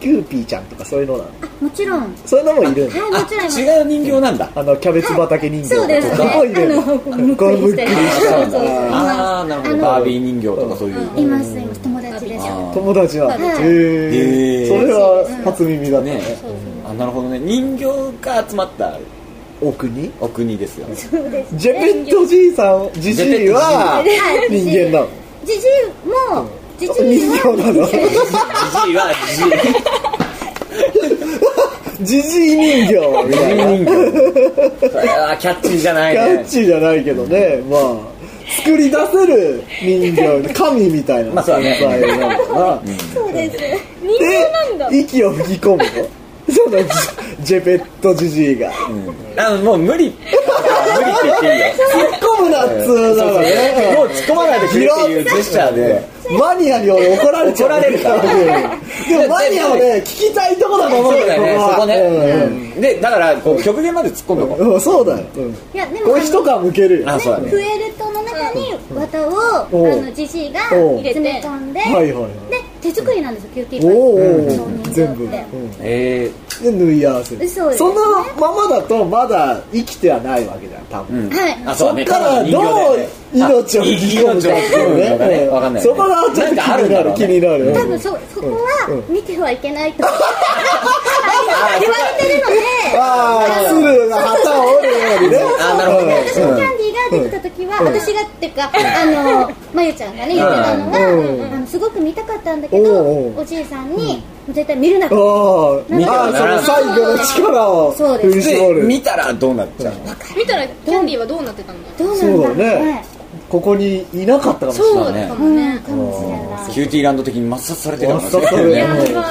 [SPEAKER 1] キューピーちゃんとかそういうのなの
[SPEAKER 3] もちろんはい
[SPEAKER 1] そういうのもいるんだ
[SPEAKER 3] もちろんいます
[SPEAKER 2] 違う人形なんだ
[SPEAKER 1] あのキャベツ畑人
[SPEAKER 3] そうで
[SPEAKER 1] 形
[SPEAKER 3] す
[SPEAKER 1] と
[SPEAKER 3] ね
[SPEAKER 1] かもいるの
[SPEAKER 3] あのむっ
[SPEAKER 1] こ
[SPEAKER 3] く
[SPEAKER 1] れ
[SPEAKER 3] り
[SPEAKER 1] むっ
[SPEAKER 3] し
[SPEAKER 1] くり
[SPEAKER 3] て
[SPEAKER 1] したん
[SPEAKER 3] そうそうそう
[SPEAKER 1] だ
[SPEAKER 2] ああなるほ
[SPEAKER 3] あ
[SPEAKER 2] ど
[SPEAKER 3] の
[SPEAKER 2] バービー人形とかそういう
[SPEAKER 3] いますいます友達です
[SPEAKER 2] あ
[SPEAKER 1] 友達なんだ
[SPEAKER 3] はい
[SPEAKER 1] へ
[SPEAKER 2] へ
[SPEAKER 1] え
[SPEAKER 2] ー
[SPEAKER 1] それは初耳だった
[SPEAKER 2] ーね
[SPEAKER 1] ね
[SPEAKER 2] あなるほどね人形が集まった
[SPEAKER 1] お国
[SPEAKER 2] お国です [laughs] よね
[SPEAKER 1] ジェペットじいさんじじいは人間なの
[SPEAKER 3] じじいもじじい
[SPEAKER 1] 人
[SPEAKER 3] は
[SPEAKER 1] 形なの
[SPEAKER 2] じじいはじじい [laughs]
[SPEAKER 1] じじい人形みたいな
[SPEAKER 2] 人形それはキャッチーじゃない
[SPEAKER 1] キャッ
[SPEAKER 2] ね
[SPEAKER 1] チーじゃないけどねまあ作り出せる人形神みたいな
[SPEAKER 2] まあそうだね
[SPEAKER 1] 存在なのかな
[SPEAKER 3] そうです
[SPEAKER 4] 人形なんだ。
[SPEAKER 1] で息を吹き込むのそのジジェペットじじいが
[SPEAKER 2] うんあのもう無理無理って言っていいよ
[SPEAKER 1] 突っ込むなっつうのがね
[SPEAKER 2] もう突っ込まないでくれっていうジェスチャーで
[SPEAKER 1] マニアに俺怒られちゃう
[SPEAKER 2] 怒 [laughs] られるから
[SPEAKER 1] でもマニアもね聞きたいとこだと思
[SPEAKER 2] そううんだよね
[SPEAKER 1] こは
[SPEAKER 2] そこね、
[SPEAKER 1] うん
[SPEAKER 2] うんでだからこう極限まで突っ込んどこう、
[SPEAKER 1] うんそうだよ、うん、
[SPEAKER 3] [laughs] いやでも
[SPEAKER 1] これ一皮むけるよ
[SPEAKER 2] あそうだ
[SPEAKER 3] プ
[SPEAKER 2] ね
[SPEAKER 3] エルトの中に綿をあ
[SPEAKER 1] おう
[SPEAKER 3] のじじいが
[SPEAKER 1] おう
[SPEAKER 3] 入れて詰め込んで
[SPEAKER 1] はいはいはい
[SPEAKER 3] で手作りなんですよキューティー
[SPEAKER 1] お
[SPEAKER 3] パイ
[SPEAKER 1] お、
[SPEAKER 3] その人形って
[SPEAKER 1] 全部、うん
[SPEAKER 2] え
[SPEAKER 1] で縫い合わせる
[SPEAKER 3] そうです
[SPEAKER 1] のままだとまだ生きてはないわけじゃん多
[SPEAKER 2] ーう
[SPEAKER 1] 分、
[SPEAKER 2] ん
[SPEAKER 3] はい
[SPEAKER 2] あそうだね
[SPEAKER 1] だから
[SPEAKER 2] 人形だ
[SPEAKER 1] ど
[SPEAKER 2] よ
[SPEAKER 1] う
[SPEAKER 2] ね
[SPEAKER 1] 命を吹き込むかっていう
[SPEAKER 2] あ
[SPEAKER 1] ね
[SPEAKER 2] いい命を吹き込むのかね
[SPEAKER 1] うん
[SPEAKER 2] わかんない
[SPEAKER 1] そこがちょっと気
[SPEAKER 2] なんかある
[SPEAKER 1] に
[SPEAKER 2] んだ
[SPEAKER 1] な
[SPEAKER 2] ろ
[SPEAKER 1] る
[SPEAKER 2] う
[SPEAKER 1] 気
[SPEAKER 2] ね
[SPEAKER 1] になる、
[SPEAKER 3] 多分そそこは見てはいけ
[SPEAKER 1] [laughs]
[SPEAKER 3] ないと言われてるので
[SPEAKER 1] ああ鶴が旗を折るようにね
[SPEAKER 2] あーなるほどね
[SPEAKER 3] 私のキャンディーが出てた時は、私がっていうか、あのまゆちゃんがね言ってたのが、
[SPEAKER 1] うん
[SPEAKER 3] あのすごく見たかったんだけど
[SPEAKER 1] おうお
[SPEAKER 3] お
[SPEAKER 1] う
[SPEAKER 3] じいさんに、絶対見るな
[SPEAKER 1] あ
[SPEAKER 3] と
[SPEAKER 1] ーあーその最後の力を
[SPEAKER 3] そう
[SPEAKER 1] 振
[SPEAKER 3] です
[SPEAKER 1] り絞
[SPEAKER 2] で
[SPEAKER 1] る
[SPEAKER 2] 見たらどうなっちゃうの
[SPEAKER 4] 見たらキャンディーはどうなってたんだ。
[SPEAKER 3] どうなんだ
[SPEAKER 1] そ
[SPEAKER 3] ろ
[SPEAKER 1] う
[SPEAKER 3] う
[SPEAKER 1] だね、
[SPEAKER 3] はい
[SPEAKER 1] ここにいなかったかもしれ
[SPEAKER 4] そ
[SPEAKER 1] な
[SPEAKER 4] う
[SPEAKER 1] い
[SPEAKER 4] だった
[SPEAKER 3] う
[SPEAKER 4] もん
[SPEAKER 3] ん
[SPEAKER 4] ね。
[SPEAKER 3] かもしれない
[SPEAKER 2] キューティーランド的に抹殺されてた
[SPEAKER 1] 抹殺されて
[SPEAKER 4] や
[SPEAKER 1] た
[SPEAKER 2] ね
[SPEAKER 1] ね
[SPEAKER 4] ばー。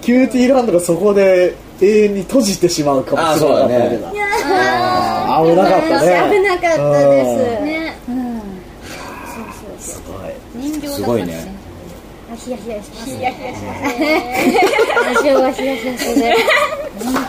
[SPEAKER 1] キューティーランドがそこで永遠に閉じてしまうかもしれなかったわけだ
[SPEAKER 3] いやー
[SPEAKER 1] あー危なかったね
[SPEAKER 3] 危なかったです
[SPEAKER 4] ね、
[SPEAKER 3] うんそうそう
[SPEAKER 1] すごい
[SPEAKER 4] 人形だ
[SPEAKER 2] すごいね。
[SPEAKER 3] あヒヤヒヤします
[SPEAKER 4] ヒヤヒヤします
[SPEAKER 3] ラジオはヒヤヒヤする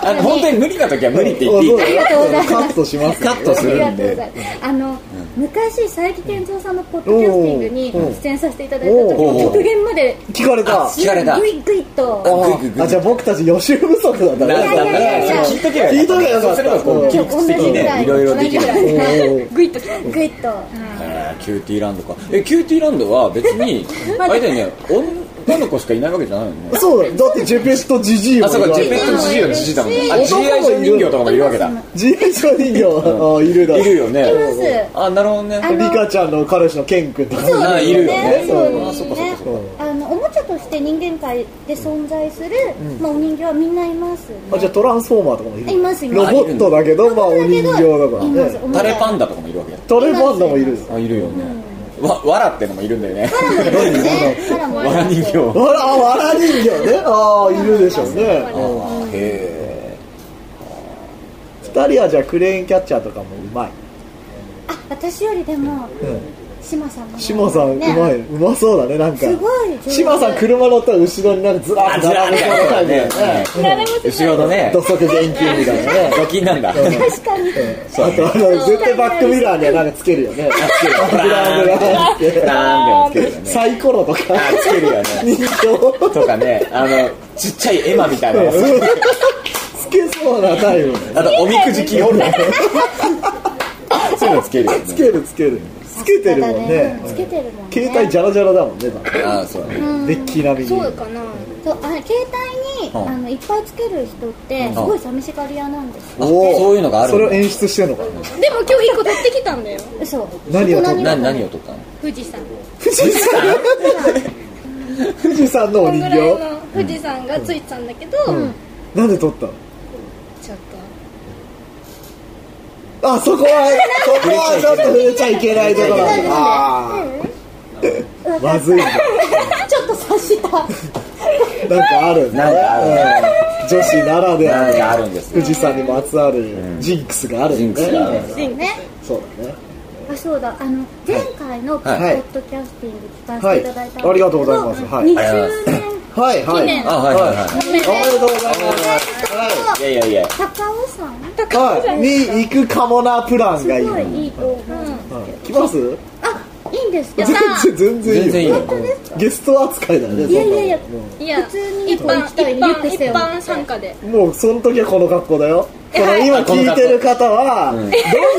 [SPEAKER 2] あの本当に無理な時は無理って言っていい
[SPEAKER 1] あ
[SPEAKER 3] りがとうございます
[SPEAKER 1] カットします
[SPEAKER 2] カットす
[SPEAKER 3] あり
[SPEAKER 2] る
[SPEAKER 3] が
[SPEAKER 2] ん
[SPEAKER 3] とうござ
[SPEAKER 2] で
[SPEAKER 3] います。あの、昔佐伯健三さんのポッドキャスティングに出演させていただいた時
[SPEAKER 2] おうおう
[SPEAKER 3] の極限まで
[SPEAKER 1] 聞かれた
[SPEAKER 2] あ聞かれた
[SPEAKER 3] グイグイと
[SPEAKER 2] あグイグイグイ
[SPEAKER 1] あじゃあ僕たち予習不足なんだね
[SPEAKER 2] なんだ
[SPEAKER 3] いやいやいやいや
[SPEAKER 2] 聞いとけばよかっ
[SPEAKER 1] 聞いとけばよかった
[SPEAKER 2] たそうすればこ
[SPEAKER 1] うん
[SPEAKER 2] う記録的にねいろいろできる
[SPEAKER 3] 同じぐらい
[SPEAKER 1] おー
[SPEAKER 4] グイッときた
[SPEAKER 3] グイと
[SPEAKER 2] えーキューティーランドかえキューティーランドは別にあれだよね女の子しかいないわけじゃないよね
[SPEAKER 1] そうだよだってジェペストジジイも
[SPEAKER 2] あそうかジェペ
[SPEAKER 1] い
[SPEAKER 2] ッ
[SPEAKER 1] る
[SPEAKER 2] ト
[SPEAKER 1] わ
[SPEAKER 2] ジジイはジジイだもんねあ
[SPEAKER 1] 男もいる
[SPEAKER 2] GI 上人形とかもいるわけだ
[SPEAKER 1] ジーペスト人形ああいるだ
[SPEAKER 2] いるよね
[SPEAKER 3] います
[SPEAKER 2] あなるほどね
[SPEAKER 3] あの
[SPEAKER 1] リカちゃんの彼氏のケン君とか
[SPEAKER 3] そう
[SPEAKER 2] あ
[SPEAKER 3] です
[SPEAKER 2] いるよね
[SPEAKER 3] そう
[SPEAKER 2] あ
[SPEAKER 3] で
[SPEAKER 2] そ
[SPEAKER 3] す
[SPEAKER 2] っかそ
[SPEAKER 3] ね
[SPEAKER 2] っかそっ
[SPEAKER 1] う
[SPEAKER 3] あのおもちゃとして人間界で存在する、まあ、お人形はみんないます、ね、
[SPEAKER 1] あじゃあトランスフォーマーとかもいる
[SPEAKER 3] いますいま
[SPEAKER 1] ロ
[SPEAKER 3] す
[SPEAKER 1] ボットだけどまあお人形だから
[SPEAKER 3] います
[SPEAKER 1] ね
[SPEAKER 3] おも
[SPEAKER 2] タ
[SPEAKER 3] ちゃ
[SPEAKER 2] レパンダとかもいるわけだ
[SPEAKER 1] トレバンダもいる
[SPEAKER 2] あいるよねわわらってのもいるんだよね
[SPEAKER 3] ねカラも
[SPEAKER 2] わ
[SPEAKER 3] います
[SPEAKER 2] ら人形あ
[SPEAKER 1] わらあわら人形ねああいるでしょうねうん
[SPEAKER 2] ーへ
[SPEAKER 1] 二人はじゃあクレーンキャッチャーとかもうまい
[SPEAKER 3] あ私よりでも、志麻さんも
[SPEAKER 1] 志麻さんうまいうまそうだねなんか
[SPEAKER 3] すごい上手
[SPEAKER 1] 志麻さん車乗ったら後ろになんかずら
[SPEAKER 2] あ
[SPEAKER 1] っ
[SPEAKER 2] ず
[SPEAKER 1] と
[SPEAKER 2] ら
[SPEAKER 1] 並べそうな感じだよね
[SPEAKER 2] ね後ろのね
[SPEAKER 1] 土足現金みたいなね
[SPEAKER 2] ドキンなんだ
[SPEAKER 3] 確かに
[SPEAKER 2] そう
[SPEAKER 1] あ
[SPEAKER 2] だね
[SPEAKER 1] とあの絶対バックミラーにはなんかつけるよねブランブランって
[SPEAKER 2] なんでもつけるよね
[SPEAKER 1] サイコロとか
[SPEAKER 2] あつけるよね
[SPEAKER 1] 人形
[SPEAKER 2] とかねあのちっちゃい絵馬みたいなの
[SPEAKER 1] つけそうなタイプ
[SPEAKER 2] あとおみくじキーホルダーそういうのつけるよ
[SPEAKER 1] つ
[SPEAKER 2] ね
[SPEAKER 1] けるつけるつけてるもんね
[SPEAKER 3] つけてるもんね
[SPEAKER 1] 携帯ジャラジャラだもんねだって
[SPEAKER 2] ああそうだね
[SPEAKER 1] デッキ並みに
[SPEAKER 4] そうかな
[SPEAKER 3] そうあ携帯に
[SPEAKER 2] うん
[SPEAKER 3] あのいっぱいつける人ってすごい寂しがり屋なんです
[SPEAKER 2] あ
[SPEAKER 1] おー
[SPEAKER 2] そういうのがあるんだ
[SPEAKER 1] それを演出してんのかな
[SPEAKER 4] でも今日一個取ってきたんだよ
[SPEAKER 3] 嘘
[SPEAKER 1] 何を撮った
[SPEAKER 2] な何を撮ったの
[SPEAKER 4] 富士山
[SPEAKER 1] 富士山富士山の
[SPEAKER 4] こ
[SPEAKER 1] お
[SPEAKER 4] ん
[SPEAKER 1] 人
[SPEAKER 4] ぐらい
[SPEAKER 1] 形
[SPEAKER 4] の富士山がついてたんだけど、
[SPEAKER 1] なんで撮ったの
[SPEAKER 4] ちょっ
[SPEAKER 1] あそこは
[SPEAKER 3] [laughs]
[SPEAKER 1] そこはちょっと触れちゃいけないところああまずいんだ
[SPEAKER 3] [laughs] ちょっと察した
[SPEAKER 1] なんかあるんだ
[SPEAKER 2] なんかあるね
[SPEAKER 1] うん女子ならでは
[SPEAKER 2] なん
[SPEAKER 1] の
[SPEAKER 2] かあるんです
[SPEAKER 1] 富士山にまつわる
[SPEAKER 2] ん
[SPEAKER 1] ジンクスがある
[SPEAKER 2] ジン
[SPEAKER 1] ん
[SPEAKER 2] ク
[SPEAKER 1] だ
[SPEAKER 2] スがある
[SPEAKER 1] ね
[SPEAKER 4] と
[SPEAKER 3] ね
[SPEAKER 1] そうだね
[SPEAKER 3] あそうだあの前回のポ
[SPEAKER 2] はい
[SPEAKER 3] ッドキャスティング聞かせていただいたんですけど
[SPEAKER 1] はいありがとうございますはい
[SPEAKER 3] 20年
[SPEAKER 1] はいはい
[SPEAKER 4] 記念
[SPEAKER 2] あはいはいはい
[SPEAKER 3] おめでと
[SPEAKER 1] おめでとうござい
[SPEAKER 3] う
[SPEAKER 2] いやいやいや
[SPEAKER 3] 高尾山
[SPEAKER 1] ますはいに行くかもなプラン
[SPEAKER 3] す
[SPEAKER 1] がいい
[SPEAKER 3] ごいいいと思う
[SPEAKER 1] はい来ます
[SPEAKER 3] あいいんですか
[SPEAKER 1] 全然全然いい
[SPEAKER 2] 全然いい
[SPEAKER 1] よ
[SPEAKER 2] よ
[SPEAKER 1] ゲスト扱いだね
[SPEAKER 3] いやいやい
[SPEAKER 1] そ
[SPEAKER 3] や
[SPEAKER 1] んなの
[SPEAKER 4] いや
[SPEAKER 3] 普通に
[SPEAKER 4] 一般
[SPEAKER 3] 行きたいね
[SPEAKER 4] 一
[SPEAKER 3] リュッ
[SPEAKER 4] 般
[SPEAKER 3] ク背
[SPEAKER 4] 一
[SPEAKER 3] 負って
[SPEAKER 4] 般参加で
[SPEAKER 1] もうその時はこの格好だよ
[SPEAKER 4] え
[SPEAKER 1] この今
[SPEAKER 2] はい
[SPEAKER 1] 聞いてる方はどん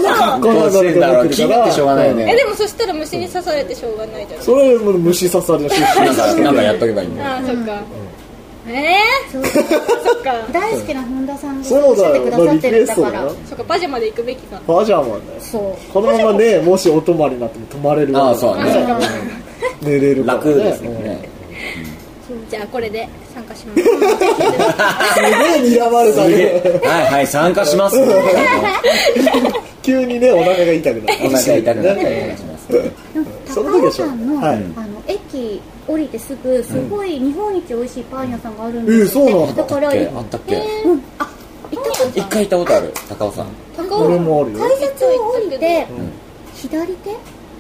[SPEAKER 1] な格好なのか
[SPEAKER 2] してんだろう
[SPEAKER 1] って
[SPEAKER 2] 気になってしょうがないよ
[SPEAKER 4] え
[SPEAKER 2] ね
[SPEAKER 4] でもそしたら虫に刺されてしょうがないじゃん
[SPEAKER 1] それも虫刺されの出身
[SPEAKER 2] なんかなんかやっとけばいいんだよ
[SPEAKER 4] ああそっかええ
[SPEAKER 3] そう
[SPEAKER 4] そっか
[SPEAKER 3] 大好きな本田さんが
[SPEAKER 1] そうだ
[SPEAKER 3] 教え
[SPEAKER 1] よ
[SPEAKER 3] てくだ
[SPEAKER 1] まあ
[SPEAKER 3] さっ
[SPEAKER 1] リ
[SPEAKER 3] て
[SPEAKER 1] ク
[SPEAKER 3] るん
[SPEAKER 1] エ
[SPEAKER 3] だ
[SPEAKER 1] スト
[SPEAKER 3] か
[SPEAKER 1] だ
[SPEAKER 3] ら
[SPEAKER 1] よ
[SPEAKER 4] [laughs] そっかパジャマで行くべきか
[SPEAKER 1] パジャマだよ
[SPEAKER 3] そう
[SPEAKER 1] このままねもしお泊まりになっても泊まれるわ
[SPEAKER 2] あそうね
[SPEAKER 1] ね寝れるから
[SPEAKER 2] 楽ですもん
[SPEAKER 1] うん
[SPEAKER 2] ね
[SPEAKER 4] じゃあこれで参加します
[SPEAKER 1] すげえ睨まれ
[SPEAKER 2] す
[SPEAKER 1] た
[SPEAKER 2] げえ
[SPEAKER 1] ね
[SPEAKER 2] はいはい参加します
[SPEAKER 1] 急にねお腹が痛くなる
[SPEAKER 2] お腹痛くなったりと
[SPEAKER 1] ね
[SPEAKER 2] かします
[SPEAKER 3] なんか
[SPEAKER 1] その時
[SPEAKER 3] 高
[SPEAKER 1] で
[SPEAKER 3] 尾
[SPEAKER 1] しょ
[SPEAKER 3] 山の,、
[SPEAKER 1] はい
[SPEAKER 3] あの駅降りてすぐすごい日本一美味しいパン屋さんがあるん
[SPEAKER 1] え
[SPEAKER 3] で
[SPEAKER 1] ー
[SPEAKER 3] す
[SPEAKER 1] そうなんだ
[SPEAKER 3] だから
[SPEAKER 2] えあったっけ
[SPEAKER 3] うんあ行ったこ
[SPEAKER 2] 一回行ったことある高尾さん
[SPEAKER 4] 高
[SPEAKER 1] 俺
[SPEAKER 4] 尾
[SPEAKER 1] もある
[SPEAKER 3] と
[SPEAKER 1] よ
[SPEAKER 3] 改札を降りて、
[SPEAKER 2] ん
[SPEAKER 3] 左手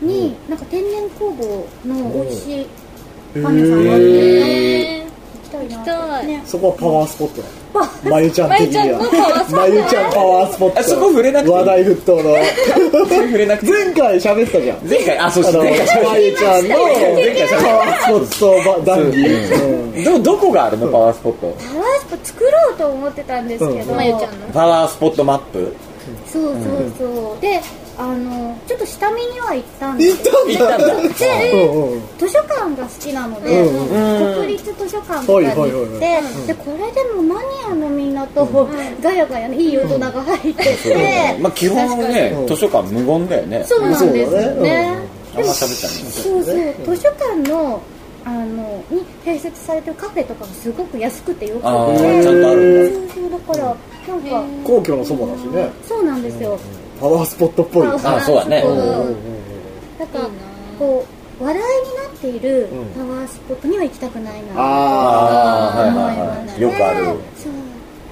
[SPEAKER 3] になんか天然工房の美味しい
[SPEAKER 1] へ
[SPEAKER 3] パン屋さんがあっ
[SPEAKER 1] え
[SPEAKER 3] て、
[SPEAKER 4] え
[SPEAKER 3] 行きたいな
[SPEAKER 4] 行きたい
[SPEAKER 3] ね
[SPEAKER 1] そこはパワースポットだまゆちゃん的にはま
[SPEAKER 4] ま
[SPEAKER 1] ゆ
[SPEAKER 4] ゆ
[SPEAKER 1] ち
[SPEAKER 4] ち
[SPEAKER 1] ゃ
[SPEAKER 4] ゃ
[SPEAKER 1] んパワースポット
[SPEAKER 2] あそこ触れなくていい
[SPEAKER 1] 話題沸騰の
[SPEAKER 2] 触れなくて
[SPEAKER 1] 前回喋ったじゃん
[SPEAKER 2] 前回あそう
[SPEAKER 1] あ
[SPEAKER 2] そう
[SPEAKER 1] の、
[SPEAKER 2] 前回
[SPEAKER 1] まゆちゃんの
[SPEAKER 2] 前回
[SPEAKER 1] パワースポット談義。うん
[SPEAKER 2] どどこがあるのパワースポット
[SPEAKER 3] パワースポ作ろうと思ってたんですけど、
[SPEAKER 1] うん
[SPEAKER 4] まゆちゃんの
[SPEAKER 2] パワースポットマップ
[SPEAKER 3] そうそうそう、であのちょっと下見には行ったんで
[SPEAKER 1] 行
[SPEAKER 3] すけど
[SPEAKER 1] っ
[SPEAKER 2] 行ったた
[SPEAKER 1] ん
[SPEAKER 2] ん
[SPEAKER 1] だ
[SPEAKER 2] だ
[SPEAKER 3] で
[SPEAKER 1] うんうん
[SPEAKER 3] 図書館が好きなので、
[SPEAKER 1] うん
[SPEAKER 3] 国立図書館とかに行って、
[SPEAKER 1] はいはいはい
[SPEAKER 3] でこれでもマニアのみんなと、ガヤガヤねいい大人が入ってて、
[SPEAKER 2] まあ基本
[SPEAKER 1] う
[SPEAKER 2] ね
[SPEAKER 1] ん
[SPEAKER 2] 図書館無言だよね
[SPEAKER 3] そうなんです
[SPEAKER 1] そう
[SPEAKER 3] よ
[SPEAKER 1] だね
[SPEAKER 3] ね
[SPEAKER 2] あんま喋っちゃいない
[SPEAKER 3] そうそう、図書館のあのに併設されてるカフェとかがすごく安くてよくて
[SPEAKER 2] あ
[SPEAKER 1] ー
[SPEAKER 2] あちゃんとあるんだ
[SPEAKER 3] そうそうだからなんか
[SPEAKER 1] 皇居のそばだしね。
[SPEAKER 3] そうなんですよ、
[SPEAKER 1] パワースポットっぽい。
[SPEAKER 3] パワースポ
[SPEAKER 2] あそうだね
[SPEAKER 1] うんうんうん
[SPEAKER 3] だから
[SPEAKER 4] いいな
[SPEAKER 3] こう話題になっている
[SPEAKER 1] うん
[SPEAKER 3] パワースポットには行きたくないな
[SPEAKER 1] あ
[SPEAKER 2] ああはいはいはいよくある
[SPEAKER 3] そう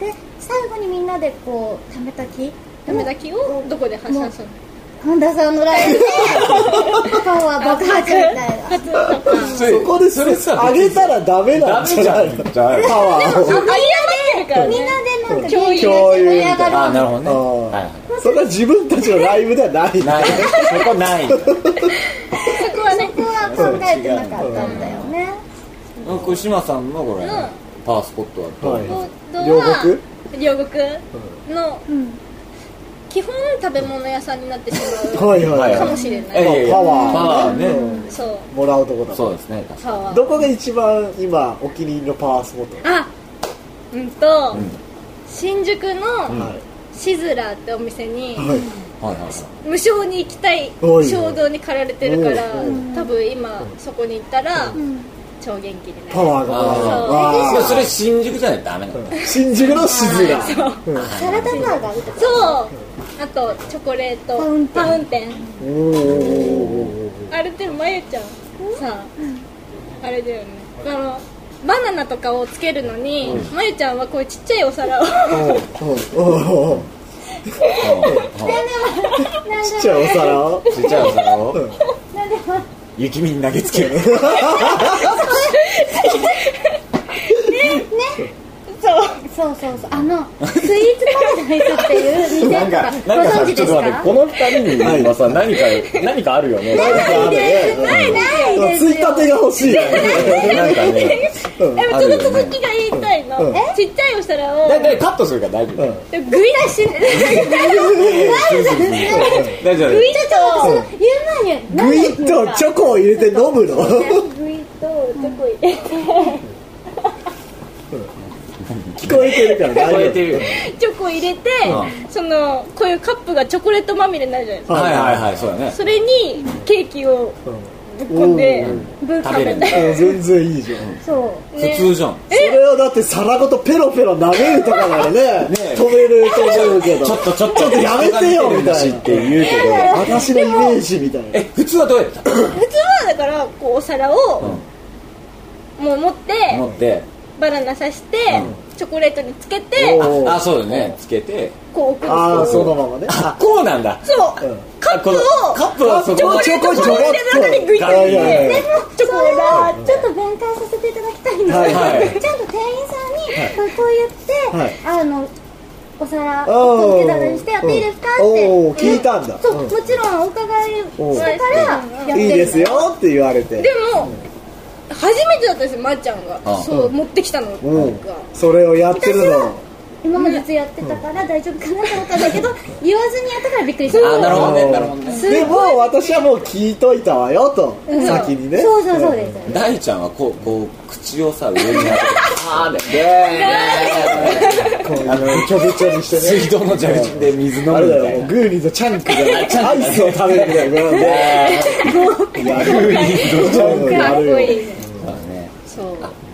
[SPEAKER 3] で最後にみんなでこうためたき
[SPEAKER 4] ダメだけをどこで発散する
[SPEAKER 3] 本田さんのライブでパワー爆発みたいな
[SPEAKER 1] そこでそれあげたらダメなんじゃないの
[SPEAKER 2] じゃあ
[SPEAKER 1] パワー
[SPEAKER 4] あ、
[SPEAKER 1] を。
[SPEAKER 4] 盛り上がってるから
[SPEAKER 3] みんな
[SPEAKER 4] ね
[SPEAKER 3] でなんか
[SPEAKER 4] 共有
[SPEAKER 1] 共有
[SPEAKER 3] 盛り上が
[SPEAKER 2] あ
[SPEAKER 3] ろ
[SPEAKER 2] あ
[SPEAKER 3] う
[SPEAKER 2] なるほどね
[SPEAKER 1] うん
[SPEAKER 2] はいはい
[SPEAKER 1] それは自分たちのライブではない。
[SPEAKER 2] ないそこない
[SPEAKER 4] そこはね
[SPEAKER 3] 僕は考えてなかったんだよね
[SPEAKER 2] 福島さんのこれパワースポットはどう
[SPEAKER 1] はい
[SPEAKER 4] 本当
[SPEAKER 1] 両
[SPEAKER 4] は両国の
[SPEAKER 3] うん
[SPEAKER 4] 基本食べ物屋さんになってしま
[SPEAKER 1] はいは
[SPEAKER 2] はいい。
[SPEAKER 4] うか
[SPEAKER 1] は
[SPEAKER 4] も
[SPEAKER 1] い
[SPEAKER 4] しれな
[SPEAKER 2] え
[SPEAKER 4] い
[SPEAKER 2] いえいえ
[SPEAKER 1] パワー
[SPEAKER 2] パワーね
[SPEAKER 1] う
[SPEAKER 4] そう
[SPEAKER 1] もらうとこだ。
[SPEAKER 2] そうですね確か
[SPEAKER 4] パワー
[SPEAKER 1] どこが一番今お気に入りのパワースポット
[SPEAKER 4] あうんと
[SPEAKER 2] うん
[SPEAKER 4] 新宿の
[SPEAKER 1] はい。
[SPEAKER 4] シズラーってお店に
[SPEAKER 1] はい。
[SPEAKER 2] にはいはいはい
[SPEAKER 4] 無償に行きたい
[SPEAKER 1] おい
[SPEAKER 4] 衝動に駆られてるから
[SPEAKER 1] おい
[SPEAKER 4] 多分今そこに行ったら
[SPEAKER 3] ん
[SPEAKER 4] 超元気になる
[SPEAKER 1] パワーがもらえる
[SPEAKER 4] あー
[SPEAKER 1] わ
[SPEAKER 2] でも
[SPEAKER 1] ー
[SPEAKER 2] それ新宿じゃないとダメなの
[SPEAKER 1] 新宿のしずら。
[SPEAKER 3] サラダバーがあるとか
[SPEAKER 4] そうあとチョコレート
[SPEAKER 3] パウンテン
[SPEAKER 4] パウンテン
[SPEAKER 1] おーおーおーおー
[SPEAKER 4] あれでもまゆちゃんさああれだよねあのバナナとかをつけるのにまゆちゃんはこういうちっちゃいお皿を
[SPEAKER 1] おーおーおーちっちゃいお皿を
[SPEAKER 2] ちっちゃいお皿を雪見に投げつける
[SPEAKER 3] そうそうそうあのスイーツパラダイスっていう店とかご存知ですか
[SPEAKER 2] この二人にはさ何か何かあるよね
[SPEAKER 1] なんかあるね
[SPEAKER 3] ないです
[SPEAKER 1] つ
[SPEAKER 3] よ
[SPEAKER 1] いたてが欲しいよね
[SPEAKER 2] なんかね
[SPEAKER 1] うん
[SPEAKER 4] でも
[SPEAKER 2] あ
[SPEAKER 4] そ
[SPEAKER 2] る
[SPEAKER 4] の
[SPEAKER 2] よね
[SPEAKER 4] 続きが言いたいの
[SPEAKER 1] うん
[SPEAKER 4] えちっちゃいお皿を
[SPEAKER 2] 大体カットするから大丈
[SPEAKER 1] う
[SPEAKER 2] 夫
[SPEAKER 1] ん
[SPEAKER 4] でグイ出し
[SPEAKER 2] 大丈夫
[SPEAKER 4] グイッと
[SPEAKER 3] そう言う前
[SPEAKER 1] グイ
[SPEAKER 3] に
[SPEAKER 1] ッとチョコを入れて飲むの
[SPEAKER 4] グイッとどこ行って
[SPEAKER 1] 聞こえてるから大丈夫
[SPEAKER 2] 聞こえてるよね
[SPEAKER 4] チョコ入れて、
[SPEAKER 2] う
[SPEAKER 4] そのこういうカップがチョコレートまみれになるじゃないですか
[SPEAKER 2] はいはいはいそうだね
[SPEAKER 4] それにケーキをぶっ
[SPEAKER 1] うん
[SPEAKER 4] 込んで
[SPEAKER 1] うん
[SPEAKER 4] ぶっかけ
[SPEAKER 2] 食べ
[SPEAKER 1] あ
[SPEAKER 4] て
[SPEAKER 1] の全然いいじゃん、
[SPEAKER 3] そう
[SPEAKER 2] 普通じゃん
[SPEAKER 1] それをだって皿ごとペロペロ舐めるとかならね
[SPEAKER 2] え
[SPEAKER 1] 止めると思うけど
[SPEAKER 2] ちょっとちょっと
[SPEAKER 1] ちょっとやめてよみたいな
[SPEAKER 2] って言うけど
[SPEAKER 1] 私のイメージみたいな
[SPEAKER 2] え普通はどうやった
[SPEAKER 4] 普通はだからこうお皿をもう持って
[SPEAKER 2] 持って
[SPEAKER 4] バナナ刺してチョコレートにつけて
[SPEAKER 1] おー
[SPEAKER 2] あそうだねつけて
[SPEAKER 4] こう置くんですよ
[SPEAKER 1] ああそのままね
[SPEAKER 2] あこうなんだ
[SPEAKER 4] そう、
[SPEAKER 1] うん
[SPEAKER 4] カップ
[SPEAKER 2] あこの
[SPEAKER 4] を
[SPEAKER 2] カップをそこ
[SPEAKER 4] チョコレート
[SPEAKER 1] チョコレー
[SPEAKER 4] コレー
[SPEAKER 1] ト
[SPEAKER 4] トの中にグイッと入
[SPEAKER 1] はいはいはい
[SPEAKER 4] れてチョコ
[SPEAKER 3] それ
[SPEAKER 4] レー
[SPEAKER 3] はちょっと弁解させていただきたいんですけど、
[SPEAKER 1] はい
[SPEAKER 2] はい
[SPEAKER 3] ちゃんと店員さんにこう言って、あのお皿
[SPEAKER 1] おー
[SPEAKER 3] を受け皿にしてやっていいですかって
[SPEAKER 1] おー聞いたんだ
[SPEAKER 3] そう、
[SPEAKER 1] うん
[SPEAKER 3] もちろんお伺いしてからやってるんだ
[SPEAKER 1] いいですよって言われて
[SPEAKER 4] トでも初めてだったんですよまっちゃんが
[SPEAKER 2] あ
[SPEAKER 4] そう持ってきたの
[SPEAKER 1] う
[SPEAKER 4] が
[SPEAKER 1] んそれをやってる
[SPEAKER 3] 私
[SPEAKER 1] の
[SPEAKER 3] は今までずっとやってたから大丈夫かなと思ったんだけど
[SPEAKER 1] [laughs]
[SPEAKER 3] 言わずにやったからびっくりし
[SPEAKER 2] あなるほ
[SPEAKER 3] た
[SPEAKER 2] どねなるほどね
[SPEAKER 3] すごい
[SPEAKER 1] でも私はもう聞いといたわよと
[SPEAKER 3] ん
[SPEAKER 1] 先にね
[SPEAKER 3] そうそうそうです
[SPEAKER 2] 大ちゃんはこうこう口をさ上に上げてあーでで
[SPEAKER 1] こういうちょびちょびしてね
[SPEAKER 2] [laughs] 水道の蛇口で水飲むみ
[SPEAKER 1] あれだ
[SPEAKER 2] た
[SPEAKER 1] よ
[SPEAKER 2] い
[SPEAKER 1] もう
[SPEAKER 2] な
[SPEAKER 1] グーニーとチャンクじゃないアイスを食べるみたいなやるチャンクやるよ
[SPEAKER 2] そう
[SPEAKER 4] かっこいいね
[SPEAKER 2] だね
[SPEAKER 4] そう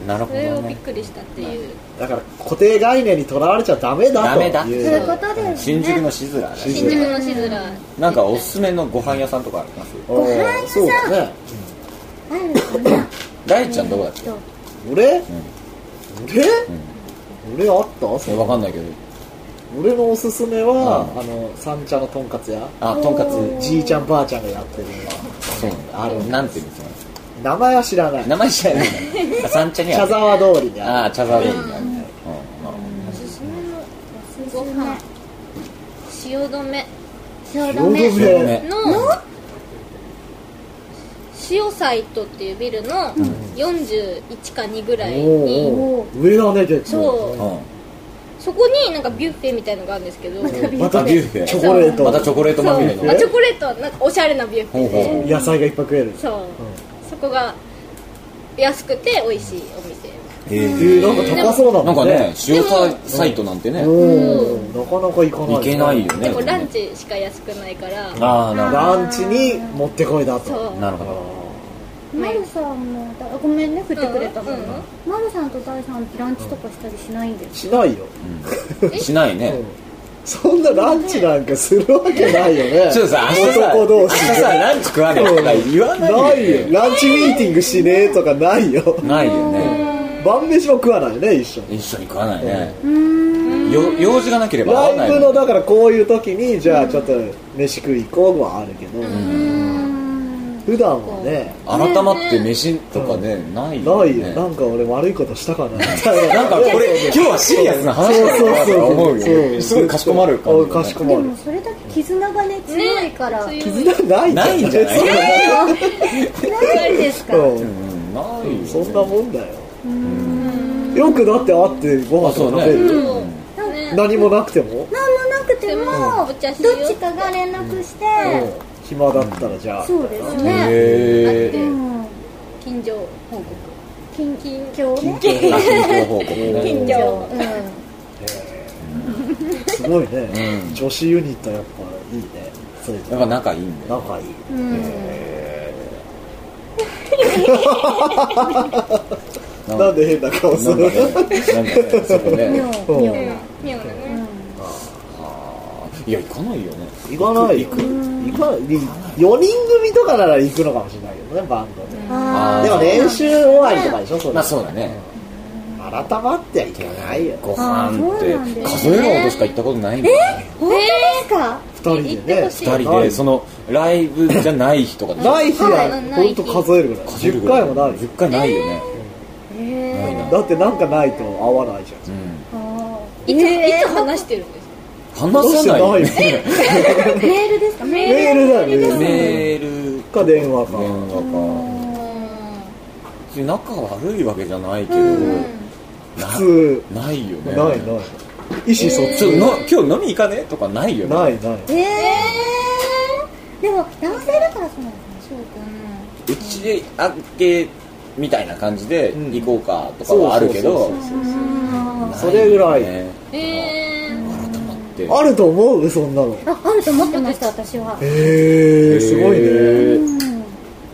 [SPEAKER 2] なるほ
[SPEAKER 4] そ
[SPEAKER 2] ど
[SPEAKER 4] れをびっ
[SPEAKER 2] ね
[SPEAKER 4] くりしたっていう
[SPEAKER 1] だから固定概念にとらわれちゃダメだ
[SPEAKER 2] ダ
[SPEAKER 1] と
[SPEAKER 2] メだ
[SPEAKER 3] と
[SPEAKER 1] い
[SPEAKER 3] いううことで
[SPEAKER 2] 新宿のシズラーだね
[SPEAKER 4] 新宿のシズラ
[SPEAKER 2] なんかおすすめのご飯屋さんとかあります
[SPEAKER 1] おー
[SPEAKER 3] ご飯屋さん
[SPEAKER 1] そうだね
[SPEAKER 3] あるのかな
[SPEAKER 2] 大ちゃんどこだっけ
[SPEAKER 1] 俺、俺、俺あったそ
[SPEAKER 2] え
[SPEAKER 1] う
[SPEAKER 2] わかんないけど
[SPEAKER 1] 俺のおすすめは、
[SPEAKER 2] う
[SPEAKER 1] あ
[SPEAKER 2] ん
[SPEAKER 1] の三茶のとんかつ屋
[SPEAKER 2] あとんかつ
[SPEAKER 1] じいちゃんばあちゃんがやってる
[SPEAKER 2] そうなんだあのなんていう店なんですか
[SPEAKER 1] 名前は知らない
[SPEAKER 2] 名前知らないんだ三茶にあ
[SPEAKER 1] 茶
[SPEAKER 2] る
[SPEAKER 1] 沢通りに
[SPEAKER 2] あ
[SPEAKER 1] あ
[SPEAKER 2] あ
[SPEAKER 1] る
[SPEAKER 2] 茶沢でいいんだうんなるほど
[SPEAKER 4] ご飯塩止め
[SPEAKER 3] 塩
[SPEAKER 1] ロード
[SPEAKER 3] 止め
[SPEAKER 1] ブレ
[SPEAKER 2] ね
[SPEAKER 4] の塩サイトっていうビルの41か2ぐらいに、
[SPEAKER 1] おー上だね結構
[SPEAKER 4] そう
[SPEAKER 2] うん
[SPEAKER 4] そこになんかビュッフェみたいのがあるんですけど、
[SPEAKER 1] うん
[SPEAKER 2] またビュッフェ
[SPEAKER 1] チョコレート
[SPEAKER 2] またチョコレートまみれの
[SPEAKER 4] そうあチョコレートはなんかおしゃれなビュッフ
[SPEAKER 2] ほう
[SPEAKER 4] ェで
[SPEAKER 2] ほう
[SPEAKER 1] 野菜がいっぱい食える
[SPEAKER 4] そう、そこが安くて美味しいお店
[SPEAKER 2] へ
[SPEAKER 1] え
[SPEAKER 2] え
[SPEAKER 1] ー、なんか高そうだ
[SPEAKER 2] なん
[SPEAKER 1] も
[SPEAKER 2] か
[SPEAKER 1] ん
[SPEAKER 2] ね
[SPEAKER 1] ね
[SPEAKER 2] 塩ササイトなんてね
[SPEAKER 1] おーなかなか行かない
[SPEAKER 2] 行けないよね
[SPEAKER 4] でもランチしか安くないから
[SPEAKER 2] ああなる
[SPEAKER 1] ランチに持ってこいだと
[SPEAKER 4] そう
[SPEAKER 2] ほどなる
[SPEAKER 1] あ
[SPEAKER 2] ほど
[SPEAKER 3] まるさんもだごめんね振ってくれたも
[SPEAKER 4] うん
[SPEAKER 3] んなまるさんと大さんってランチとかしたりしないんで
[SPEAKER 1] ー
[SPEAKER 3] す
[SPEAKER 1] しないよ、
[SPEAKER 2] しないね
[SPEAKER 1] そんなランチなんかするわけないよ
[SPEAKER 2] [laughs]
[SPEAKER 1] ね
[SPEAKER 2] ちょっとさ明日さ
[SPEAKER 1] 男同
[SPEAKER 2] 明日
[SPEAKER 1] 士
[SPEAKER 2] さランチ食わねえとか言わな
[SPEAKER 1] な
[SPEAKER 2] い
[SPEAKER 1] いよランチミーティングしねえとかないよ
[SPEAKER 2] ないよね
[SPEAKER 1] 晩飯も食わないよね一緒に
[SPEAKER 2] 一緒に食わないね
[SPEAKER 3] うーん
[SPEAKER 2] よ用事がなければ合わな
[SPEAKER 1] ライ
[SPEAKER 2] い
[SPEAKER 1] ブ
[SPEAKER 2] も
[SPEAKER 1] の
[SPEAKER 2] んね
[SPEAKER 1] だからこういう時にじゃあちょっと飯食い行こうはあるけど、普段はね
[SPEAKER 2] 改まって飯とかねない
[SPEAKER 1] な
[SPEAKER 2] よ
[SPEAKER 1] いよ、
[SPEAKER 2] ね
[SPEAKER 1] なんか俺悪いことしたかなみ
[SPEAKER 2] [laughs]
[SPEAKER 1] たいな
[SPEAKER 2] なんかこれ今日はシリアスな話だ
[SPEAKER 1] そう
[SPEAKER 2] な
[SPEAKER 1] そう
[SPEAKER 2] と
[SPEAKER 1] そう
[SPEAKER 2] か思うよ
[SPEAKER 1] そ
[SPEAKER 2] ね
[SPEAKER 1] う
[SPEAKER 2] すごいかしこまる感
[SPEAKER 1] お
[SPEAKER 2] じ
[SPEAKER 1] いかしこ
[SPEAKER 2] ま
[SPEAKER 1] ま
[SPEAKER 3] で
[SPEAKER 1] る
[SPEAKER 3] もそれだけ絆がね強いから、
[SPEAKER 4] 強い
[SPEAKER 1] 絆ない
[SPEAKER 2] ないんじゃない
[SPEAKER 1] そう
[SPEAKER 3] ないですか、
[SPEAKER 1] うん
[SPEAKER 2] ないよ
[SPEAKER 1] そんなもんだよよくだって会ってご飯とか食べる、
[SPEAKER 2] そう
[SPEAKER 4] そう
[SPEAKER 3] なんか
[SPEAKER 4] ね
[SPEAKER 1] 何もなくても、
[SPEAKER 3] 何もなくても、
[SPEAKER 4] んお茶しよう
[SPEAKER 3] どっちかが連絡して、
[SPEAKER 1] うん暇だったらじゃあ、
[SPEAKER 3] そうですね、
[SPEAKER 2] へ
[SPEAKER 3] う
[SPEAKER 2] え
[SPEAKER 3] ん、
[SPEAKER 4] 近所報告
[SPEAKER 3] 近況ね
[SPEAKER 2] 情報告
[SPEAKER 1] [laughs]
[SPEAKER 2] ね
[SPEAKER 4] 近所
[SPEAKER 1] すごいね、
[SPEAKER 2] うん
[SPEAKER 1] 女子ユニットやっぱいいねそういう
[SPEAKER 2] やっぱ仲いいんだよ
[SPEAKER 1] 仲いい
[SPEAKER 3] うん、うん
[SPEAKER 2] なん
[SPEAKER 1] なんで変な顔す
[SPEAKER 2] な
[SPEAKER 1] る
[SPEAKER 2] んかね
[SPEAKER 1] [laughs]
[SPEAKER 2] なんかねそこ
[SPEAKER 3] 妙
[SPEAKER 2] ね
[SPEAKER 1] うん
[SPEAKER 3] 妙
[SPEAKER 4] う
[SPEAKER 3] な、
[SPEAKER 4] ん妙なね
[SPEAKER 2] いや行かないよね
[SPEAKER 1] 行かないよ行かない4人組とかなら行くのかもしれないけどねバンドで、
[SPEAKER 3] あ
[SPEAKER 1] でも練習終わりとかでしょそれ
[SPEAKER 2] まあそうだね
[SPEAKER 1] 改まってはいけないよ
[SPEAKER 2] ご飯っ
[SPEAKER 3] あそうなんだ
[SPEAKER 2] て
[SPEAKER 3] よね
[SPEAKER 2] 数えるほどしか行ったことないんだよね
[SPEAKER 3] 本当ですか、
[SPEAKER 1] 2人でね
[SPEAKER 2] 二人でそのライブじゃない日とかで
[SPEAKER 1] [laughs] ない日
[SPEAKER 4] う
[SPEAKER 1] は
[SPEAKER 4] んない
[SPEAKER 1] 本
[SPEAKER 4] 日
[SPEAKER 1] 当数えるぐらい
[SPEAKER 2] 数える
[SPEAKER 1] 10
[SPEAKER 2] ぐら
[SPEAKER 1] 回もないよ
[SPEAKER 2] 10回ないよね
[SPEAKER 3] えー
[SPEAKER 1] だってなんかないと合わないじゃん
[SPEAKER 2] うん
[SPEAKER 3] あ
[SPEAKER 4] いつ
[SPEAKER 3] え
[SPEAKER 4] いつ
[SPEAKER 3] ー
[SPEAKER 4] 話してるんですか
[SPEAKER 2] 話せないよ
[SPEAKER 1] どうして
[SPEAKER 2] ね
[SPEAKER 3] [laughs] メールですかメ
[SPEAKER 1] メールだよね
[SPEAKER 2] メール
[SPEAKER 1] か電話か
[SPEAKER 2] 電話か別に仲悪いわけじゃないけどな
[SPEAKER 1] 普通
[SPEAKER 2] ないよ
[SPEAKER 1] な
[SPEAKER 2] ね
[SPEAKER 1] いない意思疎
[SPEAKER 2] ちょっ
[SPEAKER 1] 通
[SPEAKER 2] との今日飲み行かねとかないよね
[SPEAKER 1] ないない
[SPEAKER 3] えー、でも男性だからそうなのかなそうか
[SPEAKER 2] うちで開けみたいな感じで
[SPEAKER 1] うん
[SPEAKER 2] 行こうかとかはあるけど
[SPEAKER 1] そうそうそう
[SPEAKER 3] なあ
[SPEAKER 1] それぐらい、
[SPEAKER 2] ね
[SPEAKER 4] えー、
[SPEAKER 2] で
[SPEAKER 1] あると思うそんなの
[SPEAKER 3] ああると思ってました私は
[SPEAKER 1] へえすごいね
[SPEAKER 2] へー
[SPEAKER 3] うん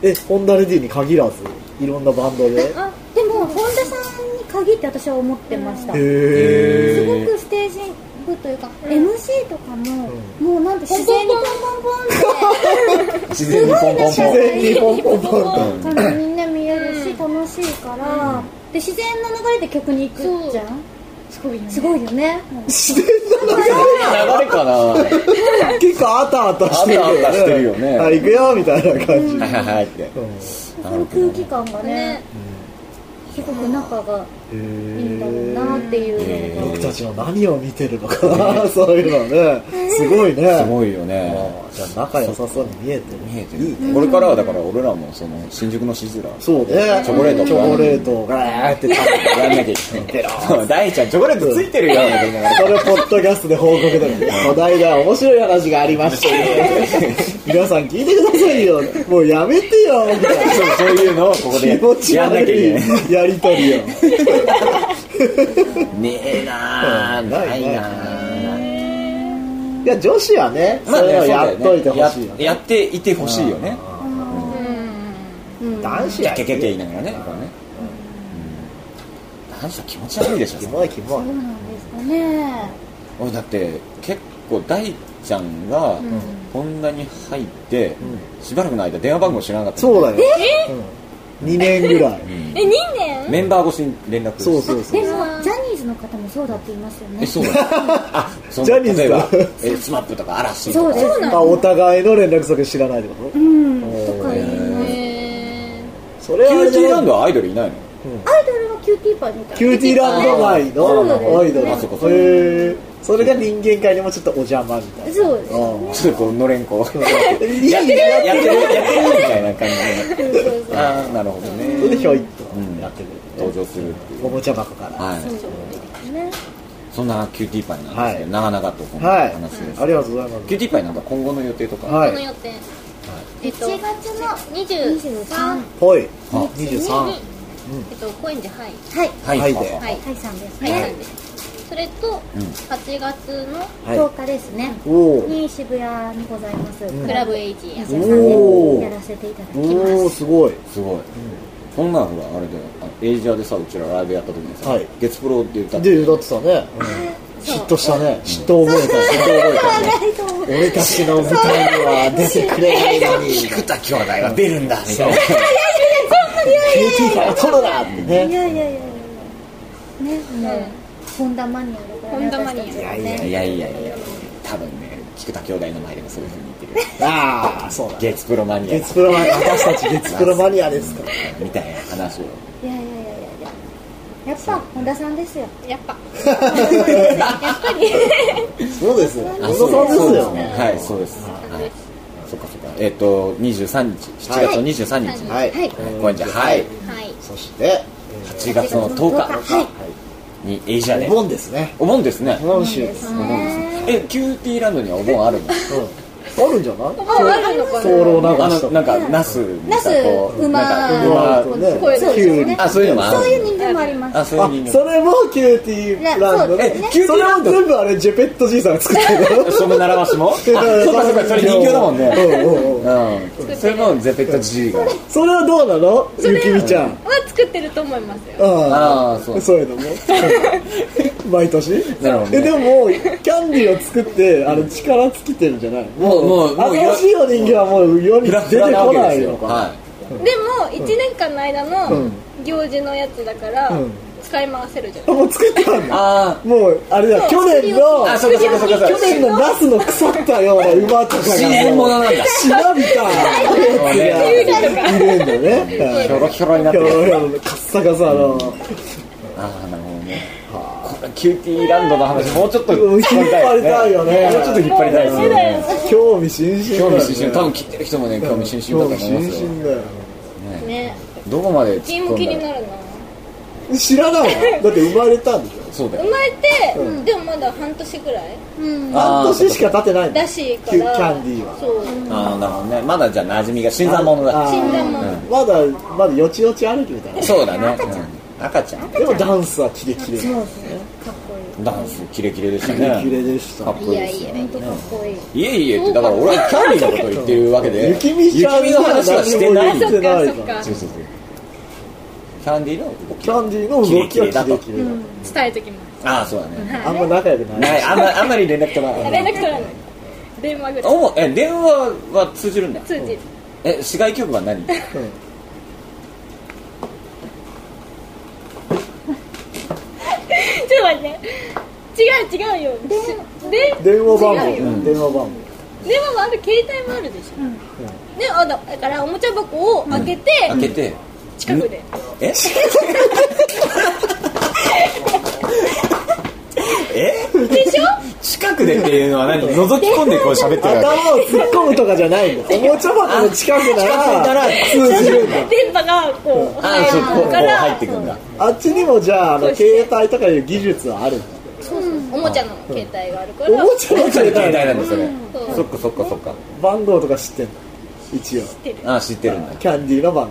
[SPEAKER 1] えホンダレディに限らずいろんなバンドでへ
[SPEAKER 4] あ
[SPEAKER 3] でも本田さんに限って私は思ってましたす
[SPEAKER 1] え
[SPEAKER 3] ごくステージ部というか MC とかももうなんて自然にポンポンポンって
[SPEAKER 2] 自然にポンポン
[SPEAKER 1] 自
[SPEAKER 2] ポン
[SPEAKER 1] 然にポンポンポンと
[SPEAKER 3] 感じみんな見えるし楽しいからで自然な流れで曲に行くじゃん
[SPEAKER 4] すごいよね
[SPEAKER 3] すごいよね
[SPEAKER 1] 自然なの
[SPEAKER 2] 流れかなは
[SPEAKER 1] 結構あたあたしてるよね
[SPEAKER 2] あたあたしてるよね
[SPEAKER 1] はい行くよみたいな感じ、
[SPEAKER 2] いはいはいって
[SPEAKER 1] うん
[SPEAKER 3] そこの空気感がね
[SPEAKER 4] ね
[SPEAKER 3] すごく仲がいいんだろう
[SPEAKER 1] へ
[SPEAKER 3] なっていうのが
[SPEAKER 1] 僕たちの何を見てるのか [laughs] な、そういうのねすごいね
[SPEAKER 2] すごいよね
[SPEAKER 1] あーじゃあ仲良さそうに見えてる
[SPEAKER 2] 見えてるこれからはだから俺らもその新宿のシズラー
[SPEAKER 1] そうね
[SPEAKER 2] チョコレート
[SPEAKER 1] チョコレートをガーって食べて
[SPEAKER 2] やんなきゃいけない [laughs] そう大ちゃんチョコレートついてるよ
[SPEAKER 1] それポッドキャストで報告だよこないだ面白い話がありましたよ皆さん聞いてくださいよもうやめてよみたいな
[SPEAKER 2] そうそういうのをここで
[SPEAKER 1] 気持ち
[SPEAKER 2] やんなきゃい
[SPEAKER 1] 悪
[SPEAKER 2] けない
[SPEAKER 1] いやりとりよ
[SPEAKER 2] ねえなー
[SPEAKER 1] うん
[SPEAKER 2] ないなー
[SPEAKER 1] いや女子はねそういうのやっといてほしいよ
[SPEAKER 2] ややっていてほしいよね
[SPEAKER 1] 男子
[SPEAKER 2] キャ
[SPEAKER 1] や
[SPEAKER 2] ッキャッキャッキャ言いながらねやっぱねうん男子は気持ち悪いでし
[SPEAKER 1] キ
[SPEAKER 2] ょ
[SPEAKER 1] モいキモい
[SPEAKER 3] そうなんですかね
[SPEAKER 2] 俺だって結構大ちゃんがこんなに入ってしばらくの間電話番号知らなかった
[SPEAKER 1] そうだよ2年ぐらい
[SPEAKER 4] え2年
[SPEAKER 2] メンバー越しに連絡
[SPEAKER 1] そうそうそう
[SPEAKER 3] でもジャニーズの方もそうだって言いますよね
[SPEAKER 2] えそう
[SPEAKER 1] [laughs]
[SPEAKER 2] だあその
[SPEAKER 1] ジャニーズ
[SPEAKER 2] 例えばえスマップとか嵐と
[SPEAKER 3] そう
[SPEAKER 2] か
[SPEAKER 3] です
[SPEAKER 1] あお互いの連絡先知らないってこ
[SPEAKER 3] うんとか言います
[SPEAKER 4] え
[SPEAKER 1] とそれ
[SPEAKER 2] キ
[SPEAKER 1] は
[SPEAKER 2] ューティーラン
[SPEAKER 1] ド
[SPEAKER 2] ドはアイドルいないの
[SPEAKER 3] アイドルはキューティーパイみたいな
[SPEAKER 1] キューティーランド街のアイドル
[SPEAKER 2] あそこそこ
[SPEAKER 1] へえそれが人間界にもちょっとお邪魔みたいな
[SPEAKER 3] そうです
[SPEAKER 1] うん
[SPEAKER 2] ちょっとこうのれんこう
[SPEAKER 1] いいや
[SPEAKER 2] やっ
[SPEAKER 1] っててる
[SPEAKER 2] るや
[SPEAKER 1] や
[SPEAKER 2] っ
[SPEAKER 1] ってて
[SPEAKER 2] る
[SPEAKER 1] る
[SPEAKER 2] やってるみたいな感じでああなるほど
[SPEAKER 1] それで
[SPEAKER 2] ね
[SPEAKER 1] ひょいっと
[SPEAKER 2] うん
[SPEAKER 1] やってくれる
[SPEAKER 2] 登場するっていう
[SPEAKER 1] おもちゃ箱からは
[SPEAKER 2] はい
[SPEAKER 3] ね
[SPEAKER 2] そんなキューティーパイなんですけ
[SPEAKER 1] は
[SPEAKER 2] ど
[SPEAKER 1] い
[SPEAKER 2] 長々とこの
[SPEAKER 1] い
[SPEAKER 2] 話です
[SPEAKER 1] ありがとうござい
[SPEAKER 2] キュ
[SPEAKER 1] ま
[SPEAKER 2] ーティーパイなんか今後の予定とか
[SPEAKER 1] す
[SPEAKER 2] は
[SPEAKER 1] は
[SPEAKER 4] ー、この
[SPEAKER 1] い
[SPEAKER 4] 予定えっと
[SPEAKER 3] 1月の
[SPEAKER 4] 23
[SPEAKER 3] 23
[SPEAKER 1] ほい
[SPEAKER 2] あ
[SPEAKER 1] 23
[SPEAKER 4] えっと高円寺はい
[SPEAKER 3] は
[SPEAKER 2] い
[SPEAKER 3] い
[SPEAKER 1] はい
[SPEAKER 2] はい
[SPEAKER 1] は
[SPEAKER 4] はい
[SPEAKER 3] はいさんです
[SPEAKER 4] はい、
[SPEAKER 3] ね
[SPEAKER 4] それと、
[SPEAKER 2] うん
[SPEAKER 4] 8月の
[SPEAKER 1] はい
[SPEAKER 3] 10日ですね
[SPEAKER 1] おお
[SPEAKER 3] に渋谷にございます
[SPEAKER 1] ん
[SPEAKER 4] クラブエイジ
[SPEAKER 3] 八代
[SPEAKER 4] や
[SPEAKER 3] さん
[SPEAKER 1] おー
[SPEAKER 3] でやらせていただき
[SPEAKER 1] お
[SPEAKER 3] ま
[SPEAKER 1] お
[SPEAKER 3] す
[SPEAKER 1] すごい
[SPEAKER 2] すごいこんなんほらあれでエイジアでさうちらライブやった時にさ
[SPEAKER 1] はい
[SPEAKER 2] 月プロで歌って
[SPEAKER 1] でだってたね
[SPEAKER 4] そう
[SPEAKER 1] 嫉妬したね嫉妬覚えた嫉妬覚えた俺たちの舞台には出てくれないのにキュー
[SPEAKER 2] 菊田兄弟が出るんだみたいな
[SPEAKER 1] ティーから取るなって
[SPEAKER 3] い
[SPEAKER 1] ね
[SPEAKER 3] やいやいやいやねもう本田マニアだからね
[SPEAKER 4] 本田マニ
[SPEAKER 3] 私た
[SPEAKER 4] ア
[SPEAKER 1] い
[SPEAKER 3] ちは
[SPEAKER 1] やい
[SPEAKER 3] ね
[SPEAKER 1] や
[SPEAKER 2] い
[SPEAKER 1] い
[SPEAKER 2] や
[SPEAKER 1] や
[SPEAKER 2] いやいや多分ね菊田兄弟の前でもそういうふうに言ってる
[SPEAKER 1] ああそうだ
[SPEAKER 2] 月プロマニアだ
[SPEAKER 1] 月プロマニア私たち月プロマニアですから
[SPEAKER 2] みたいな話を
[SPEAKER 3] いやいやいやいやいややっぱ本田さんですよ
[SPEAKER 4] やっぱ
[SPEAKER 1] そうですよ。
[SPEAKER 2] あ
[SPEAKER 1] 本田
[SPEAKER 2] そう
[SPEAKER 1] さんですよ。
[SPEAKER 2] ねはいそうですはいそっかそっかえっと23日7
[SPEAKER 1] はい
[SPEAKER 2] 月の23日に
[SPEAKER 1] はい。
[SPEAKER 3] はい
[SPEAKER 2] 高円寺はい
[SPEAKER 4] はい
[SPEAKER 1] そして、
[SPEAKER 2] 8月の10
[SPEAKER 3] はい
[SPEAKER 2] 日にエイジア
[SPEAKER 1] お
[SPEAKER 2] で
[SPEAKER 1] 盆ですね。
[SPEAKER 2] お盆ですね
[SPEAKER 1] お盆週です。
[SPEAKER 3] そううんね
[SPEAKER 2] えキューティーランドにはお盆あるの
[SPEAKER 1] あるんじゃない
[SPEAKER 4] ああるのかな
[SPEAKER 1] 灯籠流
[SPEAKER 2] あ
[SPEAKER 1] し
[SPEAKER 2] の
[SPEAKER 1] と
[SPEAKER 2] なん
[SPEAKER 1] か。
[SPEAKER 2] かナスにさ
[SPEAKER 3] ナス
[SPEAKER 2] こう
[SPEAKER 3] 馬
[SPEAKER 2] なんか
[SPEAKER 1] う
[SPEAKER 2] 馬
[SPEAKER 1] んね
[SPEAKER 4] 声です
[SPEAKER 1] キュウリ
[SPEAKER 2] あそういうのもある
[SPEAKER 3] そういう人間もあります
[SPEAKER 2] あそういう
[SPEAKER 1] あ、
[SPEAKER 2] 人
[SPEAKER 1] それもキューティーランドね
[SPEAKER 3] ねそう
[SPEAKER 2] え。キューテ
[SPEAKER 1] そ
[SPEAKER 2] ィー
[SPEAKER 1] れ
[SPEAKER 2] ラン
[SPEAKER 1] も
[SPEAKER 2] ド
[SPEAKER 1] 全部あれ、ジェペットじいさんが作ってる
[SPEAKER 2] その習わしもあ [laughs] そうかそうかそれ人形だもんね
[SPEAKER 1] うんうんうん
[SPEAKER 2] うんそれもゼペットジーが
[SPEAKER 1] それはどうなのゆきみちゃん。
[SPEAKER 4] は作ってると思いますよ
[SPEAKER 1] あ
[SPEAKER 2] ああそ
[SPEAKER 1] あ
[SPEAKER 2] う
[SPEAKER 1] そういうのも [laughs] 毎年
[SPEAKER 2] なるほどね
[SPEAKER 1] えでももうキャンディーを作ってあの力尽きてるんじゃない
[SPEAKER 2] もうもうもう
[SPEAKER 1] 新しいお人形はもう世に
[SPEAKER 2] フ
[SPEAKER 1] 出
[SPEAKER 2] ラ
[SPEAKER 1] て
[SPEAKER 2] フラな
[SPEAKER 1] こ
[SPEAKER 2] わけ
[SPEAKER 1] な
[SPEAKER 2] で
[SPEAKER 1] い
[SPEAKER 2] す
[SPEAKER 1] の
[SPEAKER 2] よ
[SPEAKER 1] か
[SPEAKER 2] は
[SPEAKER 4] でも1年間の間の行事のやつだから
[SPEAKER 1] うん
[SPEAKER 4] 使い回せるじゃん
[SPEAKER 1] あもう作ったんだ
[SPEAKER 2] いあ
[SPEAKER 1] もうあれだ去年の
[SPEAKER 2] あそうかそうかそうかそうか
[SPEAKER 1] 去年のナスの腐ったような馬とか
[SPEAKER 2] あ
[SPEAKER 1] が
[SPEAKER 2] 新年
[SPEAKER 1] も
[SPEAKER 2] 物
[SPEAKER 1] う
[SPEAKER 2] なんだ
[SPEAKER 1] しなびたやつがいるんだよ
[SPEAKER 2] ひょ
[SPEAKER 1] ね
[SPEAKER 2] ろひょろになって
[SPEAKER 1] 今
[SPEAKER 2] る
[SPEAKER 1] 日のカッサカサの
[SPEAKER 2] ああなるほどねこれキューティーランドの話もうちょっと
[SPEAKER 1] うん引っ張りたいよね
[SPEAKER 2] もうちょっと引っ張りたいですよね
[SPEAKER 1] 興味津々
[SPEAKER 2] 興
[SPEAKER 1] だよね
[SPEAKER 2] 味津々多分聞いてる人もね興味津々だと思います
[SPEAKER 1] 興味津
[SPEAKER 2] よ
[SPEAKER 1] 々だよ
[SPEAKER 4] ね
[SPEAKER 2] どこまで突っ
[SPEAKER 4] ゲー
[SPEAKER 2] 込
[SPEAKER 4] ム
[SPEAKER 2] んだ
[SPEAKER 4] 気
[SPEAKER 2] ら
[SPEAKER 4] になるな
[SPEAKER 1] 知らないわだって生まれたんでしょ
[SPEAKER 2] そうだ
[SPEAKER 4] 生
[SPEAKER 2] よ
[SPEAKER 4] まれて、でもまだ半年ぐらい
[SPEAKER 3] うん
[SPEAKER 1] 半年しか経ってないんだ
[SPEAKER 4] らしいから
[SPEAKER 1] キュキャンディーは
[SPEAKER 4] そう
[SPEAKER 2] ああなるほどねまだじゃあ馴染みが新参者だ
[SPEAKER 1] あー
[SPEAKER 4] 新参者
[SPEAKER 1] まだまだよちよち歩きみたいな
[SPEAKER 2] そうだね、うん赤ちゃん
[SPEAKER 1] でもダンスはキレキレ
[SPEAKER 3] そう
[SPEAKER 4] かっこいい
[SPEAKER 2] ダンスキレキレでし
[SPEAKER 1] キ
[SPEAKER 2] た
[SPEAKER 1] レ
[SPEAKER 2] ね
[SPEAKER 1] キレでした
[SPEAKER 2] かっ
[SPEAKER 1] ね
[SPEAKER 2] こいい
[SPEAKER 3] や
[SPEAKER 2] です
[SPEAKER 3] い
[SPEAKER 2] よ
[SPEAKER 3] や
[SPEAKER 2] ね
[SPEAKER 3] いや
[SPEAKER 4] かっこいい
[SPEAKER 2] いえいえってだから俺はキャンディーのことを言ってるわけで
[SPEAKER 1] 雪見ちゃん
[SPEAKER 2] 雪見の話はしてない
[SPEAKER 1] 何
[SPEAKER 2] ん
[SPEAKER 1] も
[SPEAKER 2] だ
[SPEAKER 1] 言って
[SPEAKER 2] よ
[SPEAKER 1] ない
[SPEAKER 4] そっ
[SPEAKER 1] か
[SPEAKER 4] か
[SPEAKER 2] そううそ
[SPEAKER 4] そっか
[SPEAKER 2] うそうキャンディーの動き
[SPEAKER 1] キャンディーの動きはキレキレだ
[SPEAKER 4] 伝えときます
[SPEAKER 2] ああそうだね
[SPEAKER 1] あんま仲良くな
[SPEAKER 2] ないいあんまあんまり連絡取らない
[SPEAKER 4] 連絡取らない電話ぐらい
[SPEAKER 2] おえ電話は通じるんだ
[SPEAKER 4] 通じる
[SPEAKER 2] え市外局は何
[SPEAKER 1] うん
[SPEAKER 4] ちょっと待って違う違うよでで
[SPEAKER 1] 電話番
[SPEAKER 4] 違うよ
[SPEAKER 1] 号電話番号
[SPEAKER 4] 電話もある携帯もあるでしょ、であだだからおもちゃ箱を開けて、
[SPEAKER 2] 開けて
[SPEAKER 4] 近くで、
[SPEAKER 2] [laughs] ええ
[SPEAKER 4] でしょ
[SPEAKER 2] 近くでっていうのは何覗き込んでこう喋ってるわ
[SPEAKER 1] 頭を突っ込むとかじゃないのおもちゃ箱の近くな
[SPEAKER 2] 近くなら
[SPEAKER 1] ら通じるんだ
[SPEAKER 4] 電波がこう
[SPEAKER 2] けああそうこうこう
[SPEAKER 4] から
[SPEAKER 2] 入ってくんだ
[SPEAKER 1] あっちにもじゃああ
[SPEAKER 4] そ
[SPEAKER 1] の
[SPEAKER 4] うして
[SPEAKER 1] 携帯とかいう技術はあるんだ
[SPEAKER 4] そうそうおもちゃの携帯があるか
[SPEAKER 1] お
[SPEAKER 4] ら
[SPEAKER 1] もちゃの
[SPEAKER 2] おもちゃ
[SPEAKER 1] 携
[SPEAKER 2] の携帯なん
[SPEAKER 1] 帯
[SPEAKER 2] だそれ
[SPEAKER 4] そう
[SPEAKER 2] そっかそっかそっか
[SPEAKER 1] 番号とか知ってんの一応
[SPEAKER 2] ああ知ってるんだ
[SPEAKER 1] キャンディーの番号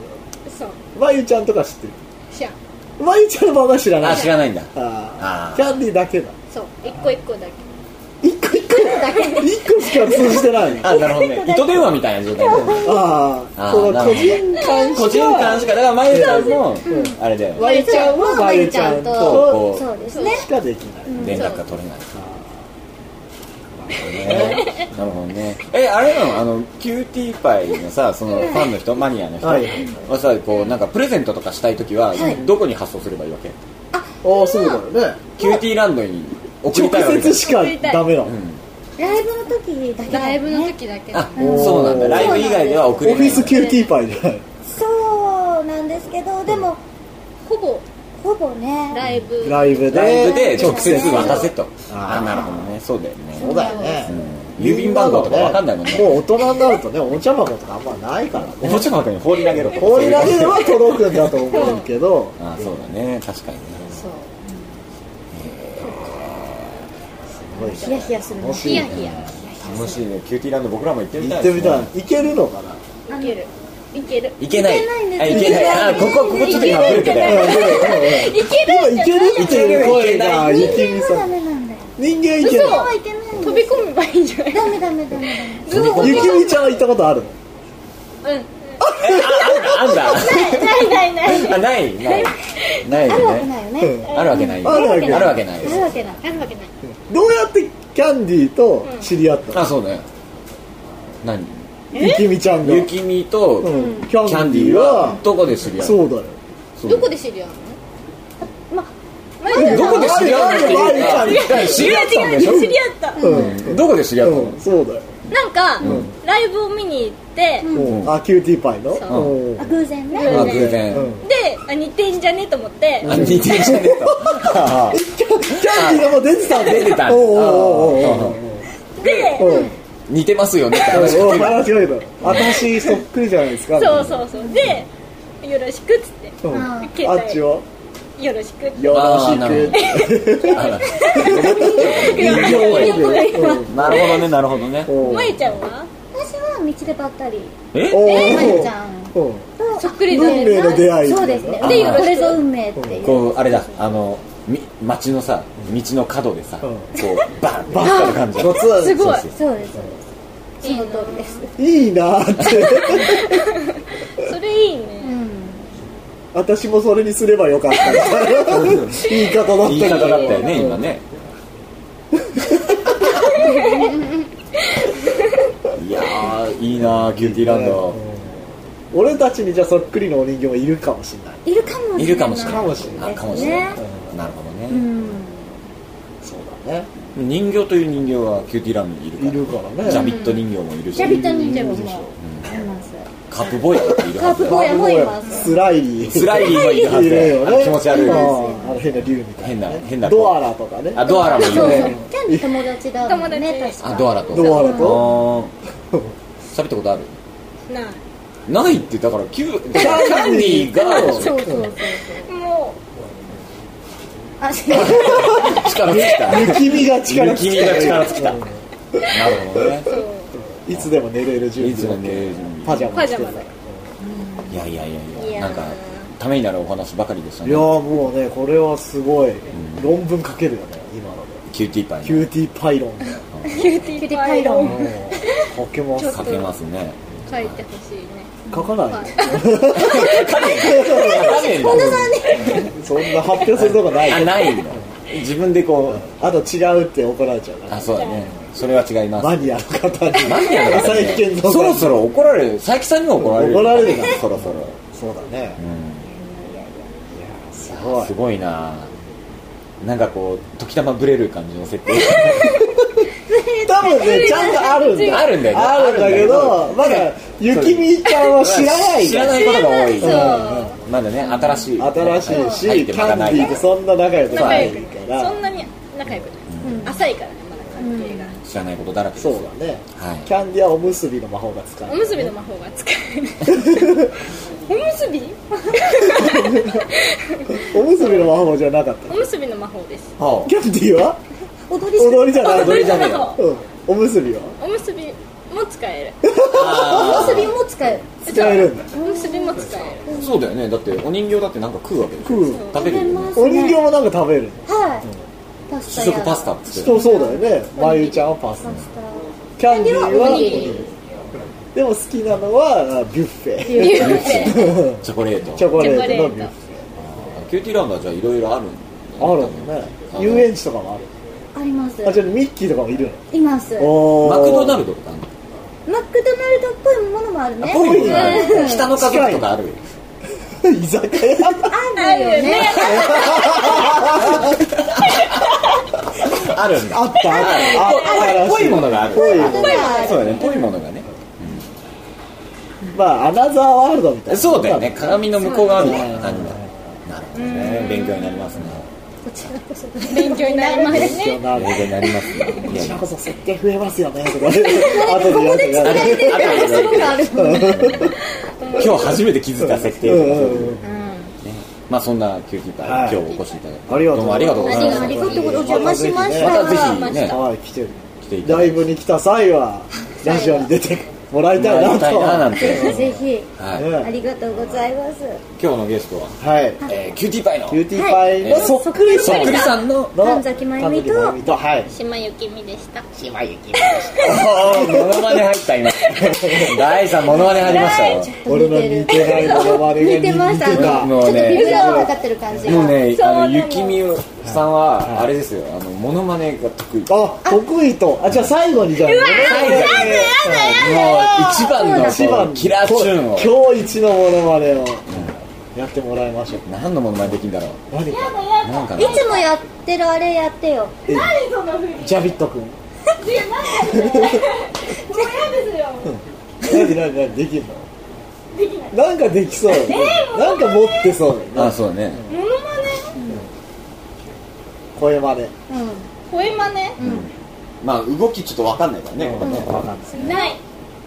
[SPEAKER 4] そう
[SPEAKER 1] まゆちゃんとか知って
[SPEAKER 4] 知らん
[SPEAKER 1] るまゆちゃんの番号は知らない
[SPEAKER 2] あ知らないんだ
[SPEAKER 1] あ
[SPEAKER 2] あ
[SPEAKER 1] ー
[SPEAKER 2] ー
[SPEAKER 1] キャンディーだけだ
[SPEAKER 4] そう一個一個だけ
[SPEAKER 1] 一個一個一個しか通じてないのあ
[SPEAKER 2] あなるほどね [laughs] 糸電話みたいな状態
[SPEAKER 1] あ
[SPEAKER 2] あー
[SPEAKER 1] その
[SPEAKER 2] なる
[SPEAKER 1] 個
[SPEAKER 2] ほど
[SPEAKER 1] 人間
[SPEAKER 2] 個人間しかだからまゆちゃんのあれだよ
[SPEAKER 1] まゆちゃんはまゆちゃんと
[SPEAKER 2] こ
[SPEAKER 3] そうです
[SPEAKER 4] う
[SPEAKER 3] ね
[SPEAKER 1] しかできないう
[SPEAKER 2] 連絡が取れないねなるほどねえあれなのあのキューティーパイのさそのファンの人マニアの人
[SPEAKER 1] はい
[SPEAKER 2] はさこうなんかプレゼントとかしたい時はどこに発送すればいいわけ
[SPEAKER 1] ああそうだよね
[SPEAKER 2] キューティーランドに送りたいわけ
[SPEAKER 1] 直
[SPEAKER 2] だ
[SPEAKER 1] 接しかダメなの
[SPEAKER 2] うん
[SPEAKER 3] ライブの時だけ
[SPEAKER 4] ライブの
[SPEAKER 3] 時
[SPEAKER 4] 時だけ
[SPEAKER 2] あそうなんだライブ以外では送れ
[SPEAKER 1] オ
[SPEAKER 2] ない
[SPEAKER 1] フィスキューティーパイじゃない
[SPEAKER 3] そうなんですけどでも
[SPEAKER 4] ほぼ
[SPEAKER 3] ほぼね
[SPEAKER 4] ライブ
[SPEAKER 1] ライブで
[SPEAKER 2] ライブで直接渡せと
[SPEAKER 1] あー
[SPEAKER 2] あなるほどねそうだよね
[SPEAKER 1] そうだよね
[SPEAKER 2] うん郵便番号とかわかんないもんね
[SPEAKER 1] もう大人になるとねおもちゃ箱とかあんまないから
[SPEAKER 2] お
[SPEAKER 1] ね
[SPEAKER 2] もちゃ箱に放り投げろ
[SPEAKER 1] 放り投げれば届くんだと思うけど
[SPEAKER 2] あそうだね確かにね
[SPEAKER 4] そう
[SPEAKER 3] ヒヤヒヤするね
[SPEAKER 1] 楽し
[SPEAKER 4] ヒ
[SPEAKER 1] い
[SPEAKER 4] ヤ
[SPEAKER 1] ね
[SPEAKER 4] ヒヤ
[SPEAKER 2] 楽しいねキューティーランド僕らも行ってみ
[SPEAKER 1] 行
[SPEAKER 2] たい
[SPEAKER 1] って
[SPEAKER 2] ですね
[SPEAKER 1] みたいいけるのかな
[SPEAKER 4] 行けるいける
[SPEAKER 2] いけないあい
[SPEAKER 3] い
[SPEAKER 2] け
[SPEAKER 3] け
[SPEAKER 2] な
[SPEAKER 3] ない
[SPEAKER 2] あ
[SPEAKER 3] い
[SPEAKER 2] ここここちょっと今ブレてた
[SPEAKER 1] うん
[SPEAKER 2] よ
[SPEAKER 1] うんうん
[SPEAKER 4] いける
[SPEAKER 1] 今いけるっていう声が
[SPEAKER 3] 人
[SPEAKER 1] ゆきみ
[SPEAKER 3] 間は
[SPEAKER 1] さ
[SPEAKER 3] ダ
[SPEAKER 1] ん
[SPEAKER 3] メなんだよ
[SPEAKER 1] 人間はいける
[SPEAKER 3] はいけないん
[SPEAKER 4] 飛
[SPEAKER 3] だ
[SPEAKER 4] び込めばいいんじゃない
[SPEAKER 3] ダメダメダメダメ
[SPEAKER 1] ゆきみちゃんは行ったことあるの
[SPEAKER 4] うん
[SPEAKER 2] あんだあん
[SPEAKER 4] ないないない
[SPEAKER 2] だあないないない
[SPEAKER 3] あるわ
[SPEAKER 2] よ
[SPEAKER 3] け
[SPEAKER 2] ね
[SPEAKER 3] ないよね
[SPEAKER 2] あるわけないよ
[SPEAKER 1] あるわけない
[SPEAKER 2] あるわけない
[SPEAKER 3] あるわけない
[SPEAKER 4] あるわけない
[SPEAKER 1] どうやってキャンディーと知り合ったの
[SPEAKER 2] あそうだよ何
[SPEAKER 1] ゆきみちゃんが
[SPEAKER 2] ゆきみと
[SPEAKER 1] うん
[SPEAKER 2] キ
[SPEAKER 1] キ
[SPEAKER 2] ャ
[SPEAKER 1] ャ
[SPEAKER 2] ン
[SPEAKER 1] ン
[SPEAKER 2] デ
[SPEAKER 1] デ
[SPEAKER 2] ィ
[SPEAKER 1] ィ
[SPEAKER 2] ー
[SPEAKER 1] ー
[SPEAKER 2] は
[SPEAKER 1] は
[SPEAKER 2] どこで知り合う
[SPEAKER 1] そうだよ
[SPEAKER 2] そう
[SPEAKER 4] どこで知り合うのま
[SPEAKER 2] どこで知り合うのっていうか
[SPEAKER 1] あるある
[SPEAKER 2] 知り合ったん
[SPEAKER 4] 違
[SPEAKER 2] で
[SPEAKER 4] う
[SPEAKER 2] しょ
[SPEAKER 4] 違う知り合った
[SPEAKER 1] うん
[SPEAKER 2] どこで知り合ったの
[SPEAKER 1] うんそうだよ
[SPEAKER 4] なんか、ライブを見に行って、
[SPEAKER 1] うんあキューティーパイの
[SPEAKER 4] そう
[SPEAKER 1] うん
[SPEAKER 3] あ偶然ね
[SPEAKER 2] あ
[SPEAKER 4] うん
[SPEAKER 2] 偶然
[SPEAKER 1] うん
[SPEAKER 4] であ似てんじゃねえと思って、
[SPEAKER 2] あ似てんじゃねえと
[SPEAKER 1] キャンディーがもう出てたんだ
[SPEAKER 2] 出てた
[SPEAKER 1] おうおうおうおう
[SPEAKER 4] で、
[SPEAKER 1] おうおう
[SPEAKER 2] 似てますよねって話
[SPEAKER 1] おう間違えた私そっくりじゃないですか
[SPEAKER 4] そうそうそうでよろしくっつって
[SPEAKER 1] うん
[SPEAKER 3] あ
[SPEAKER 4] 携帯
[SPEAKER 1] あっちは
[SPEAKER 4] よろしくって
[SPEAKER 1] よろ
[SPEAKER 2] あー
[SPEAKER 1] し
[SPEAKER 2] な
[SPEAKER 1] く
[SPEAKER 2] る
[SPEAKER 1] っ
[SPEAKER 2] ほど
[SPEAKER 1] て
[SPEAKER 2] 人形
[SPEAKER 1] う
[SPEAKER 2] 絵
[SPEAKER 1] ん
[SPEAKER 2] なるほどねなるほどね
[SPEAKER 1] おう
[SPEAKER 4] まゆちゃんは
[SPEAKER 3] 私は道でばったり
[SPEAKER 2] え
[SPEAKER 1] おう
[SPEAKER 3] まゆちゃん
[SPEAKER 1] おう
[SPEAKER 3] と
[SPEAKER 4] そっくり
[SPEAKER 1] 運
[SPEAKER 4] だね
[SPEAKER 1] 命の出会い
[SPEAKER 3] そうですね
[SPEAKER 2] あー
[SPEAKER 3] でこれぞ運命っていう
[SPEAKER 2] こうあれだあのみ街のさ道の角でさ、
[SPEAKER 1] うん
[SPEAKER 2] こうバン
[SPEAKER 1] バ
[SPEAKER 2] バ
[SPEAKER 1] ン
[SPEAKER 2] ンって感じ
[SPEAKER 1] ごつ
[SPEAKER 4] すごい
[SPEAKER 2] そう
[SPEAKER 3] そうですそうです
[SPEAKER 4] いい
[SPEAKER 3] そ
[SPEAKER 4] な
[SPEAKER 3] の通りです
[SPEAKER 1] いいなーって
[SPEAKER 4] それいいね、
[SPEAKER 3] うん
[SPEAKER 1] 私もそれにすればよかった [laughs] 言い方だった
[SPEAKER 2] 言い方だったよね今ねいやーいいなーキューティーランド
[SPEAKER 1] 俺たちにじゃあそっくりのお人形もいるかもしれない
[SPEAKER 3] いるかもしれない
[SPEAKER 2] いるかもしれない
[SPEAKER 1] かもしれない
[SPEAKER 2] あかもしれない、
[SPEAKER 3] です
[SPEAKER 2] なるほど
[SPEAKER 3] う
[SPEAKER 2] ね、
[SPEAKER 3] ん
[SPEAKER 1] そうだね
[SPEAKER 2] 人形という人形はキューティーランドにいるか
[SPEAKER 1] い
[SPEAKER 2] ら
[SPEAKER 1] るからね
[SPEAKER 2] ジャビット人形もいるし
[SPEAKER 3] ジャビット人形もいます
[SPEAKER 2] カープボヤっているはずだ
[SPEAKER 3] カープボヤもいます
[SPEAKER 1] スライリー
[SPEAKER 2] スライリーもいるはず
[SPEAKER 1] いる
[SPEAKER 2] だ
[SPEAKER 1] よ
[SPEAKER 2] よ
[SPEAKER 1] ね
[SPEAKER 2] 気持ち悪い
[SPEAKER 1] あーあの変な竜みたいなね
[SPEAKER 2] 変な変な
[SPEAKER 1] ドアラとかね
[SPEAKER 2] あドアラもいる
[SPEAKER 3] そうそう
[SPEAKER 2] ね
[SPEAKER 3] キャンディ友達だもんね
[SPEAKER 4] 友達
[SPEAKER 3] 確か
[SPEAKER 2] あドアラと
[SPEAKER 1] ドアラ
[SPEAKER 2] あ
[SPEAKER 1] と
[SPEAKER 2] ー喋ったことある
[SPEAKER 4] な
[SPEAKER 2] ないってだからキュ
[SPEAKER 1] [laughs]
[SPEAKER 2] ーキャンディー
[SPEAKER 3] そうそ
[SPEAKER 2] が
[SPEAKER 3] うそうそう
[SPEAKER 4] あも
[SPEAKER 3] あ知らない
[SPEAKER 2] 力尽きた
[SPEAKER 1] むきみが力尽
[SPEAKER 2] 君
[SPEAKER 1] きた
[SPEAKER 2] が力尽きたなるほどね
[SPEAKER 4] うそう
[SPEAKER 1] いつでも寝れる準
[SPEAKER 2] いつも
[SPEAKER 1] 備
[SPEAKER 2] 寝れる準備
[SPEAKER 1] パジャマ
[SPEAKER 4] パ
[SPEAKER 1] 着
[SPEAKER 4] ジ
[SPEAKER 1] てる
[SPEAKER 4] ャマだ
[SPEAKER 2] いやいやいやい
[SPEAKER 4] い
[SPEAKER 2] や
[SPEAKER 4] やー
[SPEAKER 2] なんかためになるお話ばかりでした
[SPEAKER 1] い
[SPEAKER 2] ね
[SPEAKER 1] やーもうねこれはすごい、論文書けるよね今ので
[SPEAKER 2] キューティーパイ
[SPEAKER 1] キューティーパイロ
[SPEAKER 2] [laughs]
[SPEAKER 1] ンで
[SPEAKER 4] キューティーパイロン
[SPEAKER 1] 書けます
[SPEAKER 2] かけますね
[SPEAKER 4] 書いてほしいね
[SPEAKER 1] 書かない
[SPEAKER 2] かけんの
[SPEAKER 1] [laughs] そんな発表するとこない
[SPEAKER 2] あないんだ自分でこ
[SPEAKER 1] あと違うって怒られちゃう
[SPEAKER 2] う
[SPEAKER 1] な
[SPEAKER 2] あそうだねそれは違います
[SPEAKER 1] マニアの方に
[SPEAKER 2] マニアだからね
[SPEAKER 1] 最近の
[SPEAKER 2] そろそろ怒られる佐伯さんにも怒られる
[SPEAKER 1] 怒られるな
[SPEAKER 2] そろそろ
[SPEAKER 1] そうだね
[SPEAKER 2] うん
[SPEAKER 1] すごい
[SPEAKER 2] すごいななんかこう時たまブレる感じの設定
[SPEAKER 1] 多分ねちゃんとあるんだ
[SPEAKER 2] あるんだよね
[SPEAKER 1] あるんだけどまだゆきみちゃんは [laughs] 知らない
[SPEAKER 2] 知らないことが多い
[SPEAKER 4] そう
[SPEAKER 2] まだね新しい
[SPEAKER 1] 新しい
[SPEAKER 2] 入
[SPEAKER 1] しキ
[SPEAKER 2] って
[SPEAKER 1] ャ
[SPEAKER 2] ま
[SPEAKER 1] ン
[SPEAKER 2] だない
[SPEAKER 1] ディーとそんな仲良く
[SPEAKER 4] 仲
[SPEAKER 1] な
[SPEAKER 4] 良
[SPEAKER 1] い
[SPEAKER 4] く
[SPEAKER 1] から
[SPEAKER 4] そんなに仲良くない、浅いからねまだ関係が、
[SPEAKER 2] 知らないことだらけです
[SPEAKER 1] そ
[SPEAKER 2] よ
[SPEAKER 1] うだね
[SPEAKER 2] はい
[SPEAKER 1] キャンディーはおむすびの魔法が使え
[SPEAKER 4] お
[SPEAKER 1] る
[SPEAKER 4] むすびの魔法が使えるおむすび
[SPEAKER 1] おむすびの魔法じゃなかっ
[SPEAKER 4] おむすびの魔法です
[SPEAKER 2] は
[SPEAKER 1] たキャンディーは
[SPEAKER 3] 踊りし
[SPEAKER 1] 踊りじゃない
[SPEAKER 4] 踊りじゃねえ
[SPEAKER 1] よ
[SPEAKER 4] よ
[SPEAKER 1] おむすびは
[SPEAKER 4] おむすびも使え
[SPEAKER 3] おむすびも使える
[SPEAKER 1] 使えるんだ
[SPEAKER 4] るおむすびも使える
[SPEAKER 2] あそうだよねだってお人形だってなんか食うわけでしょ
[SPEAKER 1] 食う
[SPEAKER 2] 食べるよね
[SPEAKER 1] お人形もなんか食べるの
[SPEAKER 3] はいパ
[SPEAKER 2] 試
[SPEAKER 3] スタ
[SPEAKER 2] 食
[SPEAKER 3] や
[SPEAKER 2] パスタっつって
[SPEAKER 1] そうそうだよねまゆちゃんはパスタ
[SPEAKER 3] パスタ
[SPEAKER 1] キャンディーは
[SPEAKER 3] おにぎり
[SPEAKER 1] でも好きなのはビュッフェ
[SPEAKER 4] ビュッフェ
[SPEAKER 2] チョコレート
[SPEAKER 1] チョコレートの
[SPEAKER 4] チ
[SPEAKER 1] ビ
[SPEAKER 4] ョコレ
[SPEAKER 1] ュッ
[SPEAKER 4] ー
[SPEAKER 1] フ
[SPEAKER 2] キューティーランドはじゃあいろいろあるんだ
[SPEAKER 1] ェあるんだね
[SPEAKER 2] うん
[SPEAKER 1] 遊園地とかもある
[SPEAKER 3] あります
[SPEAKER 1] あじゃあミッキーとかもいるの
[SPEAKER 3] います
[SPEAKER 1] お
[SPEAKER 2] マクドナ
[SPEAKER 1] ル
[SPEAKER 2] ルドとかあるの
[SPEAKER 3] マクドナルドっぽいものもあるね
[SPEAKER 2] あぽいよね
[SPEAKER 3] うん
[SPEAKER 2] 北の家族とかあるよ
[SPEAKER 1] ド居酒屋
[SPEAKER 3] あるよね
[SPEAKER 2] あるんだ
[SPEAKER 1] あったあったあったらし
[SPEAKER 2] ぽいものがある
[SPEAKER 1] ぽい
[SPEAKER 3] あとは
[SPEAKER 2] そうだねぽいものがね
[SPEAKER 1] まあアナザーワールドみたいな
[SPEAKER 2] そうだよね鏡の向こう側みたいな感じだなるほどね勉強になりますね
[SPEAKER 3] こちらこそ
[SPEAKER 4] 勉強になります
[SPEAKER 1] 勉
[SPEAKER 4] ね
[SPEAKER 1] 強になる
[SPEAKER 2] 勉強になりますねい
[SPEAKER 1] こ
[SPEAKER 2] やい
[SPEAKER 1] ちら
[SPEAKER 2] や
[SPEAKER 1] こそ設定増えますよねとか後で言われて
[SPEAKER 2] あ
[SPEAKER 1] や
[SPEAKER 2] とあと
[SPEAKER 3] すごくある
[SPEAKER 2] 今日初めて気づいた設定
[SPEAKER 1] る
[SPEAKER 2] とかそう
[SPEAKER 1] う
[SPEAKER 2] い
[SPEAKER 1] ん
[SPEAKER 2] う
[SPEAKER 1] うん
[SPEAKER 2] ねまあそんなキューティーパ
[SPEAKER 1] は
[SPEAKER 2] ー
[SPEAKER 1] い
[SPEAKER 2] 今日お越しいただいて
[SPEAKER 1] ありがとう
[SPEAKER 2] どうもありがとうござい
[SPEAKER 3] あ
[SPEAKER 2] ま
[SPEAKER 3] り
[SPEAKER 2] し
[SPEAKER 3] がとうお邪魔しました
[SPEAKER 2] またぜひね
[SPEAKER 1] うんはい来てる
[SPEAKER 2] た来ていただ
[SPEAKER 1] ラ
[SPEAKER 2] い
[SPEAKER 1] イブに来た際はラジオに出てもらいたいな
[SPEAKER 2] たい
[SPEAKER 1] と
[SPEAKER 2] ななん
[SPEAKER 3] ぜ
[SPEAKER 2] て
[SPEAKER 3] ひぜひ
[SPEAKER 2] はい
[SPEAKER 3] ありがとうございます
[SPEAKER 2] 今日のゲストは
[SPEAKER 1] はい
[SPEAKER 2] えーキューティーパイの
[SPEAKER 1] キューティーパイのそっくり
[SPEAKER 2] そ
[SPEAKER 1] さ
[SPEAKER 2] っ
[SPEAKER 1] ん
[SPEAKER 2] くりさんの
[SPEAKER 1] の
[SPEAKER 3] 神崎まゆみと
[SPEAKER 1] 神崎とはい
[SPEAKER 4] 島由紀美でした島由紀
[SPEAKER 2] おー [laughs] モノマネ入った今大さんモノマネ入りましたよ
[SPEAKER 1] 俺の似てないのが悪い
[SPEAKER 3] 似てました
[SPEAKER 1] 似てた
[SPEAKER 3] ちょっとビビがかかってる感じ
[SPEAKER 2] もうね、
[SPEAKER 4] そう
[SPEAKER 2] あの、
[SPEAKER 4] なの
[SPEAKER 2] ゆきみゆさんは、あれですよ、あの、モノマネが得意。
[SPEAKER 1] あ得意とあじゃあ最後にじゃあ
[SPEAKER 2] 最後にもう、一番の
[SPEAKER 1] 一
[SPEAKER 2] こ
[SPEAKER 1] 番
[SPEAKER 2] う、キラーチューンを。
[SPEAKER 1] 今日一のモノマネをやってもらいましょう
[SPEAKER 2] 何のモノマネできるんだろ
[SPEAKER 1] 何か
[SPEAKER 2] う。なんか
[SPEAKER 3] い
[SPEAKER 2] な。
[SPEAKER 3] つもやってるあれやってよ
[SPEAKER 1] ジャビットくん何何何できるのできないなんかできそうなんか持ってそうだよ
[SPEAKER 2] あ、
[SPEAKER 1] ね
[SPEAKER 2] そうだね。
[SPEAKER 4] モノマネ
[SPEAKER 1] 声まで
[SPEAKER 4] 声マネ
[SPEAKER 2] まあ、動きちょっとわかんないからね、これね
[SPEAKER 1] わかんない
[SPEAKER 4] ない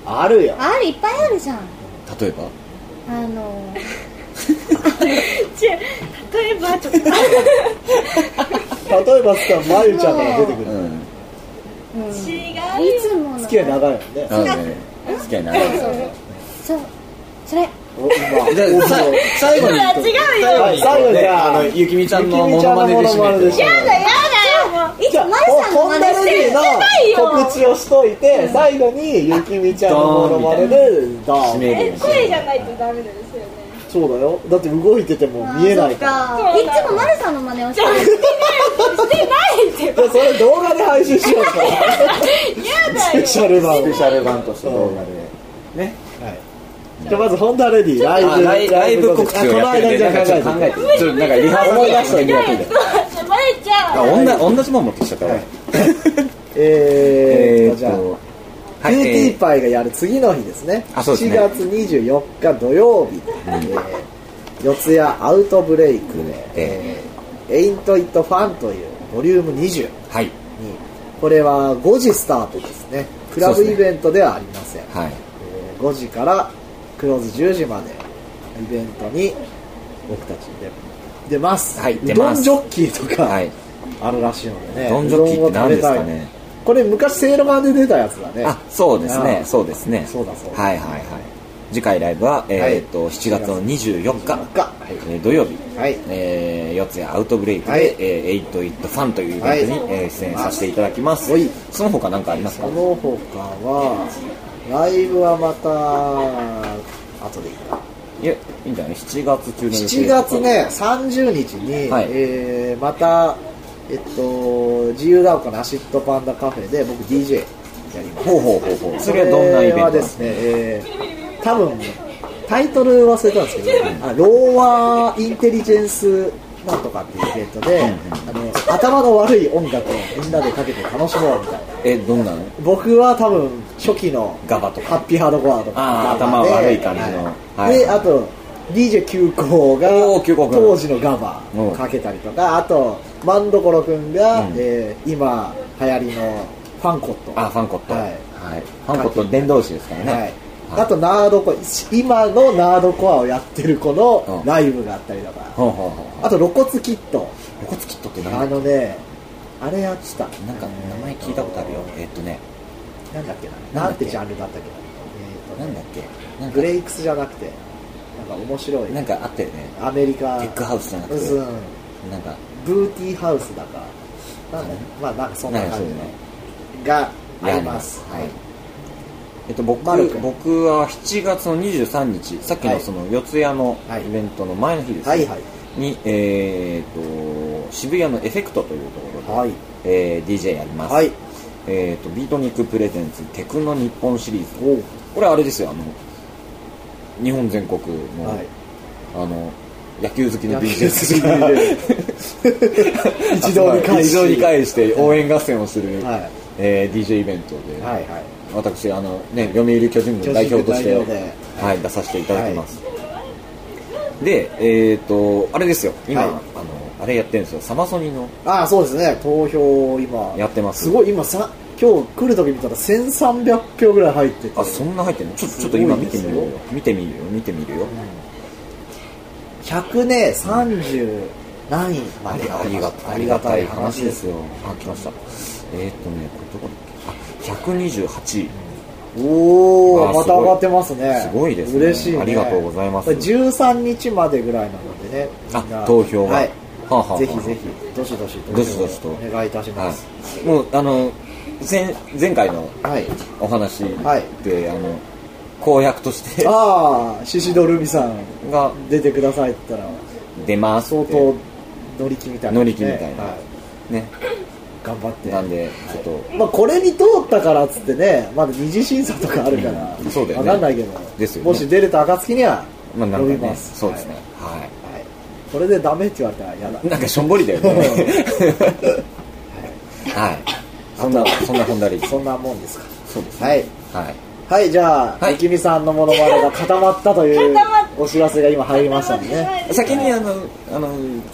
[SPEAKER 1] あるよ
[SPEAKER 3] あれいっぱいあるじゃん
[SPEAKER 2] 例えば。
[SPEAKER 3] あの
[SPEAKER 4] 違う例えばちょっと
[SPEAKER 1] 例えばさまゆちゃんが出てく
[SPEAKER 2] う
[SPEAKER 1] る
[SPEAKER 2] ん。
[SPEAKER 3] うんい
[SPEAKER 4] 違う
[SPEAKER 3] つもの
[SPEAKER 1] 付き合い長いよね
[SPEAKER 2] あのね、好きやな。え
[SPEAKER 3] そうそれ
[SPEAKER 1] お今
[SPEAKER 2] じゃあさ最後に。
[SPEAKER 4] 違うよ
[SPEAKER 1] はい最後にじゃあ
[SPEAKER 2] あの、ゆきみちゃんのモノマネで締めて。
[SPEAKER 1] やだや
[SPEAKER 3] いつ
[SPEAKER 1] じゃあ
[SPEAKER 3] もまゆさんの
[SPEAKER 1] こんな
[SPEAKER 3] 真似して
[SPEAKER 1] ル
[SPEAKER 3] る
[SPEAKER 1] の告知をしといて最後にゆきみちゃんのモノマネでド
[SPEAKER 2] 締
[SPEAKER 1] ーン
[SPEAKER 2] める。
[SPEAKER 4] 声じゃないとダメなんですよね
[SPEAKER 1] そうだよだって動いてても見えないから
[SPEAKER 3] あーそっかいつもまるさんの真似をしてる
[SPEAKER 4] してないって
[SPEAKER 1] じゃあそれ動画で配信しようか
[SPEAKER 4] やだ
[SPEAKER 1] スペ
[SPEAKER 4] よ
[SPEAKER 1] シャル版
[SPEAKER 2] スペシャル版として動画で。ね。
[SPEAKER 1] じゃあまずホンダレディライ
[SPEAKER 2] あ
[SPEAKER 1] ブ
[SPEAKER 2] ライライブ告知
[SPEAKER 1] あこ
[SPEAKER 2] を
[SPEAKER 1] の
[SPEAKER 2] やって
[SPEAKER 1] 間
[SPEAKER 2] るん
[SPEAKER 1] じ
[SPEAKER 2] で、
[SPEAKER 1] ゃ
[SPEAKER 2] なんかちょ
[SPEAKER 1] あ
[SPEAKER 2] っと考
[SPEAKER 1] 考え
[SPEAKER 2] え
[SPEAKER 1] て
[SPEAKER 2] て、ちょっとなんかリハーサル
[SPEAKER 1] 思い出した
[SPEAKER 2] みたい
[SPEAKER 1] い
[SPEAKER 2] な。
[SPEAKER 4] まゆちゃん
[SPEAKER 2] あ、おんな同じもん持ってきちゃったわ。
[SPEAKER 1] えーっとじゃあ
[SPEAKER 2] は
[SPEAKER 1] キューティ
[SPEAKER 2] い
[SPEAKER 1] ー、パイがやる次の日ですね。
[SPEAKER 2] あそうですね
[SPEAKER 1] 4月24日土曜日、えー四谷アウトブレイクで、えー、エイントイットファンというボリューム20に、
[SPEAKER 2] はい、
[SPEAKER 1] これは5時スタートですね。クラブイベントではありません。
[SPEAKER 2] はい、
[SPEAKER 1] えー5時からクローズ10時までイベントに僕たちで出ます。
[SPEAKER 2] はいう出
[SPEAKER 1] ど
[SPEAKER 2] ます
[SPEAKER 1] んジョッキーとか、
[SPEAKER 2] はい。
[SPEAKER 1] あるらしいのでね。
[SPEAKER 2] うどんジョッキーって何ですか
[SPEAKER 1] う
[SPEAKER 2] ね
[SPEAKER 1] どんを食べたい。これ昔セールマンで出たやつだね。
[SPEAKER 2] あ、そうです
[SPEAKER 1] あ
[SPEAKER 2] ね、そうですね。
[SPEAKER 1] そうだそうだ
[SPEAKER 2] はいはいはい。次回ライブは、えーっと7月の24日、
[SPEAKER 1] かはい
[SPEAKER 2] えー土曜日、
[SPEAKER 1] はい
[SPEAKER 2] えー四谷アウトブレイクで、
[SPEAKER 1] はい
[SPEAKER 2] えー、8イットファンというイベントに、
[SPEAKER 1] はい
[SPEAKER 2] えー出演させていただきます、
[SPEAKER 1] はい
[SPEAKER 2] その他何かあります
[SPEAKER 1] そ
[SPEAKER 2] か
[SPEAKER 1] の他はライブはまた後でいいか
[SPEAKER 2] いやいいんじゃない7月中の予定
[SPEAKER 1] 7月ね30日に、
[SPEAKER 2] はい
[SPEAKER 1] えーまたえっと自由が丘のアシッドパンダカフェで僕 DJ やります
[SPEAKER 2] ほうほうほうほうそれはどんなイベントな
[SPEAKER 1] は
[SPEAKER 2] んで
[SPEAKER 1] ですす
[SPEAKER 2] か
[SPEAKER 1] ね、えー多分タイトル忘れたんですけど、あローワーインテリジェンスなんとかっていうイベントで、あの頭の悪い音楽をみんなでかけて楽しもうみたいな
[SPEAKER 2] えどんなの
[SPEAKER 1] 僕は多分初期の
[SPEAKER 2] ガバとか
[SPEAKER 1] ハッピーハードコアとか
[SPEAKER 2] あー頭悪い感じの
[SPEAKER 1] は
[SPEAKER 2] はい
[SPEAKER 1] い、であと DJ 急行が
[SPEAKER 2] おー急行君
[SPEAKER 1] 当時のガバかけたりとかあと万所君が、
[SPEAKER 2] うん
[SPEAKER 1] えー今流行りのファンコット
[SPEAKER 2] あファンコット
[SPEAKER 1] はい
[SPEAKER 2] はいファンコット伝道師ですからね、
[SPEAKER 1] はいあとナードコア今のナードコアをやってる子の
[SPEAKER 2] うん
[SPEAKER 1] ライブがあったりとか、
[SPEAKER 2] ほうほうほう
[SPEAKER 1] あと露骨キット
[SPEAKER 2] 露骨キットって
[SPEAKER 1] あ
[SPEAKER 2] 何
[SPEAKER 1] のねあれやってた
[SPEAKER 2] なんか名前聞いたことあるよえっとね
[SPEAKER 1] なんだっけな
[SPEAKER 2] な
[SPEAKER 1] なん
[SPEAKER 2] だっ
[SPEAKER 1] ん
[SPEAKER 2] け
[SPEAKER 1] てジャンルだったっけなえーとね
[SPEAKER 2] なんだっけなんか
[SPEAKER 1] ブレイクスじゃなくてなんか面白い
[SPEAKER 2] なんかあったよね
[SPEAKER 1] アメリカ
[SPEAKER 2] テックハウスじゃなくて
[SPEAKER 1] うん
[SPEAKER 2] なんか
[SPEAKER 1] ブーティーハウスだかなんだ
[SPEAKER 2] うん
[SPEAKER 1] まあなんかそんな感
[SPEAKER 2] なんかそういうの
[SPEAKER 1] じがあ
[SPEAKER 2] や
[SPEAKER 1] り
[SPEAKER 2] りま
[SPEAKER 1] ますす
[SPEAKER 2] はいえっと、僕
[SPEAKER 1] マル君
[SPEAKER 2] 僕は7月の23日さっき
[SPEAKER 1] は
[SPEAKER 2] の
[SPEAKER 1] い
[SPEAKER 2] その四谷の
[SPEAKER 1] はい
[SPEAKER 2] イベントの前の日です、
[SPEAKER 1] はいはい
[SPEAKER 2] に、えー、と渋谷のエフェクトというところで、
[SPEAKER 1] はい
[SPEAKER 2] えー DJ やります、
[SPEAKER 1] はい
[SPEAKER 2] えー、とビートニックプレゼンツテクノ日本シリーズ
[SPEAKER 1] おう
[SPEAKER 2] これあれですよあの日本全国の,、
[SPEAKER 1] はい
[SPEAKER 2] あの野球好きの
[SPEAKER 1] 野
[SPEAKER 2] DJ
[SPEAKER 1] 球
[SPEAKER 2] たち
[SPEAKER 1] 好き
[SPEAKER 2] が
[SPEAKER 1] な [laughs] 一堂に会し
[SPEAKER 2] 一堂に会して応援合戦をする、
[SPEAKER 1] はい
[SPEAKER 2] えー DJ イベントで、
[SPEAKER 1] はいはい
[SPEAKER 2] 私あの、ね、読売巨人軍代表として
[SPEAKER 1] 巨人軍代表で
[SPEAKER 2] はい、出させていただきます、でえっ、とあれですよ今、
[SPEAKER 1] はい
[SPEAKER 2] あのあれやってるんですよサマソニの
[SPEAKER 1] ああそうですね投票今
[SPEAKER 2] やってます
[SPEAKER 1] すごい今さ今日来る時見たら1300票ぐらい入ってて
[SPEAKER 2] あそんな入ってるのちょちょっと
[SPEAKER 1] すごい
[SPEAKER 2] 今見てみるよ
[SPEAKER 1] ですよ
[SPEAKER 2] 見てみるよ見てみるよ、
[SPEAKER 1] 100ね30何位ま
[SPEAKER 2] あ
[SPEAKER 1] で
[SPEAKER 2] りありがたい話ですよあ来ましたえっ、とねこれどこだっけあ128位
[SPEAKER 1] お
[SPEAKER 2] あ
[SPEAKER 1] お
[SPEAKER 2] ー
[SPEAKER 1] また上がってますね
[SPEAKER 2] すごいですね
[SPEAKER 1] 嬉しい、ね、
[SPEAKER 2] ありがとうございます
[SPEAKER 1] 13日までぐらいなのでねみん
[SPEAKER 2] あ
[SPEAKER 1] な
[SPEAKER 2] 投票が
[SPEAKER 1] はい
[SPEAKER 2] はあはあはあ
[SPEAKER 1] ぜひぜひどしどし投票を
[SPEAKER 2] どしどしと
[SPEAKER 1] お願いいたしま
[SPEAKER 2] は
[SPEAKER 1] す
[SPEAKER 2] いもうあの前前回の
[SPEAKER 1] はい、
[SPEAKER 2] お話で、
[SPEAKER 1] はい
[SPEAKER 2] あの公約とし
[SPEAKER 1] [laughs]
[SPEAKER 2] て
[SPEAKER 1] ああシシドルミさん
[SPEAKER 2] が
[SPEAKER 1] 出てくださいって言ったら
[SPEAKER 2] 出ます
[SPEAKER 1] 相
[SPEAKER 2] って
[SPEAKER 1] 当乗り気みたいな、
[SPEAKER 2] 乗り気みたいな
[SPEAKER 1] は
[SPEAKER 2] ね
[SPEAKER 1] 頑張って
[SPEAKER 2] なんでちょっと
[SPEAKER 1] まあ、これに通ったからっつってねまだ二次審査とかあるから、
[SPEAKER 2] うんそうだよね
[SPEAKER 1] わかんないけど
[SPEAKER 2] ですよね
[SPEAKER 1] もし出れた暁には
[SPEAKER 2] まあなん
[SPEAKER 1] 伸
[SPEAKER 2] か
[SPEAKER 1] び
[SPEAKER 2] ね
[SPEAKER 1] ます、
[SPEAKER 2] そうですねはい、
[SPEAKER 1] はい、はいこれでダメって言われたら嫌だ
[SPEAKER 2] なんかしょんぼりだよね [laughs] はいそんなそんな本題で
[SPEAKER 1] そんなもんですか
[SPEAKER 2] そうですね
[SPEAKER 1] はい
[SPEAKER 2] はい
[SPEAKER 1] はいじゃあ、
[SPEAKER 2] はい
[SPEAKER 1] ゆきみさんのモノマネが固まったという
[SPEAKER 4] 固まっ
[SPEAKER 1] お知らせが今入りましたんでね
[SPEAKER 2] 先にあの、あの、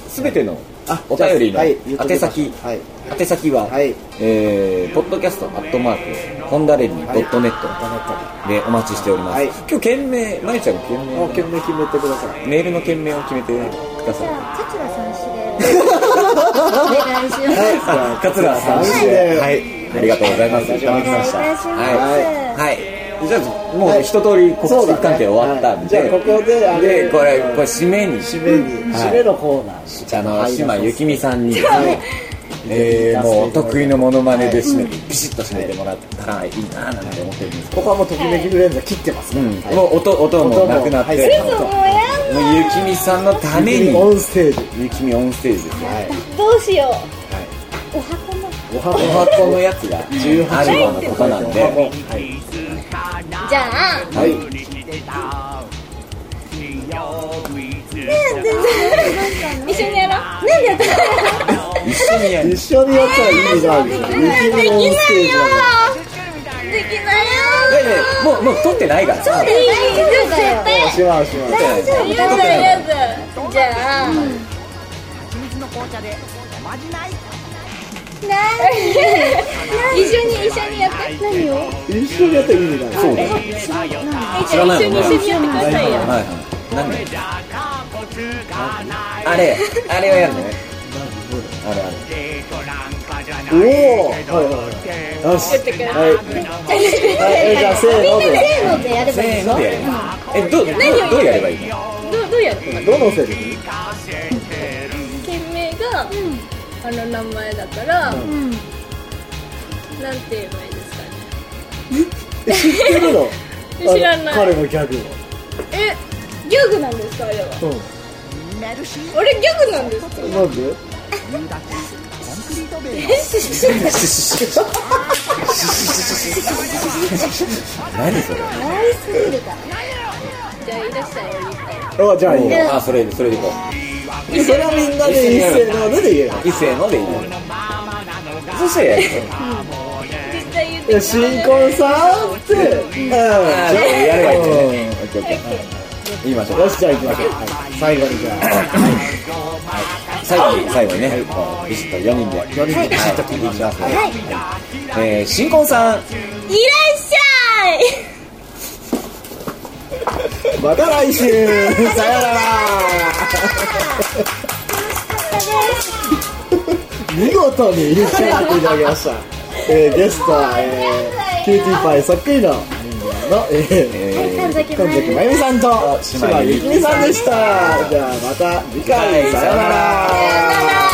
[SPEAKER 2] すべての
[SPEAKER 1] あ
[SPEAKER 2] お便り
[SPEAKER 1] じゃあはい言っ
[SPEAKER 2] の
[SPEAKER 1] ときまし
[SPEAKER 2] 宛
[SPEAKER 1] ょう
[SPEAKER 2] 先、
[SPEAKER 1] はい
[SPEAKER 2] 宛先は、
[SPEAKER 1] はい
[SPEAKER 2] えー、ポッドキャストアットマーク、ホンダレディドットネ
[SPEAKER 1] インタ
[SPEAKER 2] ッ
[SPEAKER 1] ーネッ
[SPEAKER 2] トでお待ちしております。
[SPEAKER 1] はい
[SPEAKER 2] 今日、件名、まゆちゃんの件
[SPEAKER 1] ト
[SPEAKER 2] 名
[SPEAKER 1] でもう懸命決めてください
[SPEAKER 2] メールの件名を決めてくだ
[SPEAKER 3] じ
[SPEAKER 1] [laughs]
[SPEAKER 2] さ
[SPEAKER 3] ゃあ、桂さん指令をお願いします。
[SPEAKER 1] はい
[SPEAKER 3] お
[SPEAKER 1] じゃあ
[SPEAKER 2] い。桂さん、は
[SPEAKER 1] はい
[SPEAKER 2] い、ありがとうございます。
[SPEAKER 1] はい
[SPEAKER 2] いただき
[SPEAKER 3] 願
[SPEAKER 2] ま
[SPEAKER 3] い
[SPEAKER 2] し。
[SPEAKER 3] したます。
[SPEAKER 2] はい。はい。じゃあ、もう一通り告
[SPEAKER 1] そう
[SPEAKER 2] 知
[SPEAKER 1] だね
[SPEAKER 2] 関係終わったんで、
[SPEAKER 1] はいじゃあここであれ
[SPEAKER 2] で、これ、これ、締めに、
[SPEAKER 1] 締めに、
[SPEAKER 2] はい
[SPEAKER 1] 締めのコーナー
[SPEAKER 2] あの、島ゆきみさ [laughs] んに、
[SPEAKER 1] はい
[SPEAKER 2] えー、もうお得意のモノマネで締めて、
[SPEAKER 1] は
[SPEAKER 2] ピシッと締めてもらったらいいなーなんて思ってるんですけ
[SPEAKER 1] ここはもうときめきフレンズ切ってます
[SPEAKER 2] ど、
[SPEAKER 1] ね、
[SPEAKER 2] うん
[SPEAKER 1] はい
[SPEAKER 2] もう音音もなくなって、
[SPEAKER 1] 音も
[SPEAKER 4] もう
[SPEAKER 1] は
[SPEAKER 4] やん
[SPEAKER 2] もうゆきみさんのために
[SPEAKER 1] オンステージ
[SPEAKER 2] ゆきみオンステージですね
[SPEAKER 1] はい
[SPEAKER 4] どうしよ
[SPEAKER 3] お箱も。
[SPEAKER 1] おは
[SPEAKER 2] お箱のやつがあるようなことなんで、
[SPEAKER 1] はい、
[SPEAKER 4] うじゃあ
[SPEAKER 1] はい、
[SPEAKER 4] 一緒にやろうなんでやった
[SPEAKER 2] 一緒にやる
[SPEAKER 1] 一緒にやったら意味があるじゃん雪見のオンステージだから
[SPEAKER 4] できない
[SPEAKER 2] いやいやもうもう撮ってないから
[SPEAKER 3] 大丈夫だよ。
[SPEAKER 1] おしまいおしまい
[SPEAKER 3] 大丈夫、大
[SPEAKER 4] やだ
[SPEAKER 3] 丈
[SPEAKER 4] やだじゃあ
[SPEAKER 3] 夫。何
[SPEAKER 4] 一緒に一緒にやって
[SPEAKER 3] 何を
[SPEAKER 1] 一緒にやったら意味があ
[SPEAKER 2] そう
[SPEAKER 1] る
[SPEAKER 2] だよ知
[SPEAKER 4] 一
[SPEAKER 2] ら
[SPEAKER 4] 緒
[SPEAKER 2] ない
[SPEAKER 4] に
[SPEAKER 2] もんね
[SPEAKER 4] 一緒にやってくださいよ
[SPEAKER 2] はいはいなんだよあれあれをやるのねあれあれ
[SPEAKER 5] なんかじゃない
[SPEAKER 1] おおはいはいよし
[SPEAKER 4] 言ってくれた
[SPEAKER 1] はいはいじゃあせーの
[SPEAKER 3] みんな
[SPEAKER 1] で
[SPEAKER 3] せーのでやればいい
[SPEAKER 2] せー
[SPEAKER 3] でしょ
[SPEAKER 2] のでやるえどうどうどうやればいいの
[SPEAKER 4] 何を言えばいいどうどうやる
[SPEAKER 1] どのせいでいい
[SPEAKER 4] 件名が、あの名前だから、
[SPEAKER 3] うん
[SPEAKER 4] なんて言えばいいですかね
[SPEAKER 1] え知ってるの
[SPEAKER 4] 知らな
[SPEAKER 1] あの
[SPEAKER 4] い
[SPEAKER 1] 彼のギャグを
[SPEAKER 4] えギャグなんですかあれは
[SPEAKER 1] う
[SPEAKER 4] 俺ギャグなんです
[SPEAKER 1] んなんで
[SPEAKER 2] 何それ
[SPEAKER 3] 笑いすぎるから
[SPEAKER 4] じゃあいらっしゃいよ
[SPEAKER 1] あじゃあいいよ
[SPEAKER 2] あそれそれでいこ
[SPEAKER 1] それはみんなで一斉のでで言えよ
[SPEAKER 2] う一斉のでいいのそしたらやるよ
[SPEAKER 4] 絶対言っ
[SPEAKER 1] いや
[SPEAKER 4] てくれ
[SPEAKER 1] 新婚さんってうんじゃあ
[SPEAKER 2] あーじゃあやればいいんだ
[SPEAKER 1] う
[SPEAKER 2] ねオッケーオッケー言いましょ
[SPEAKER 1] んよ
[SPEAKER 2] う
[SPEAKER 1] しじゃあ行きましょうはい最後にじゃあ
[SPEAKER 2] 最後に最後にねこうビシッと4人で4人でビシッと聞いていきますねはいえー新婚さん
[SPEAKER 4] いらっしゃい
[SPEAKER 1] また来週さよなら見事に入れちゃっていただきました、えー、ゲストは、えー、キューティーパイそっくりの人間の、え
[SPEAKER 2] え
[SPEAKER 3] え
[SPEAKER 2] ー
[SPEAKER 3] 神崎
[SPEAKER 1] ー、神崎
[SPEAKER 3] 真
[SPEAKER 1] 真由美さんと
[SPEAKER 2] 島
[SPEAKER 1] 島
[SPEAKER 2] 由
[SPEAKER 1] 由
[SPEAKER 2] 紀
[SPEAKER 1] 紀
[SPEAKER 2] 美
[SPEAKER 1] 美
[SPEAKER 2] さ
[SPEAKER 1] さ
[SPEAKER 2] ん
[SPEAKER 1] んでしたじゃあまた次回さよなら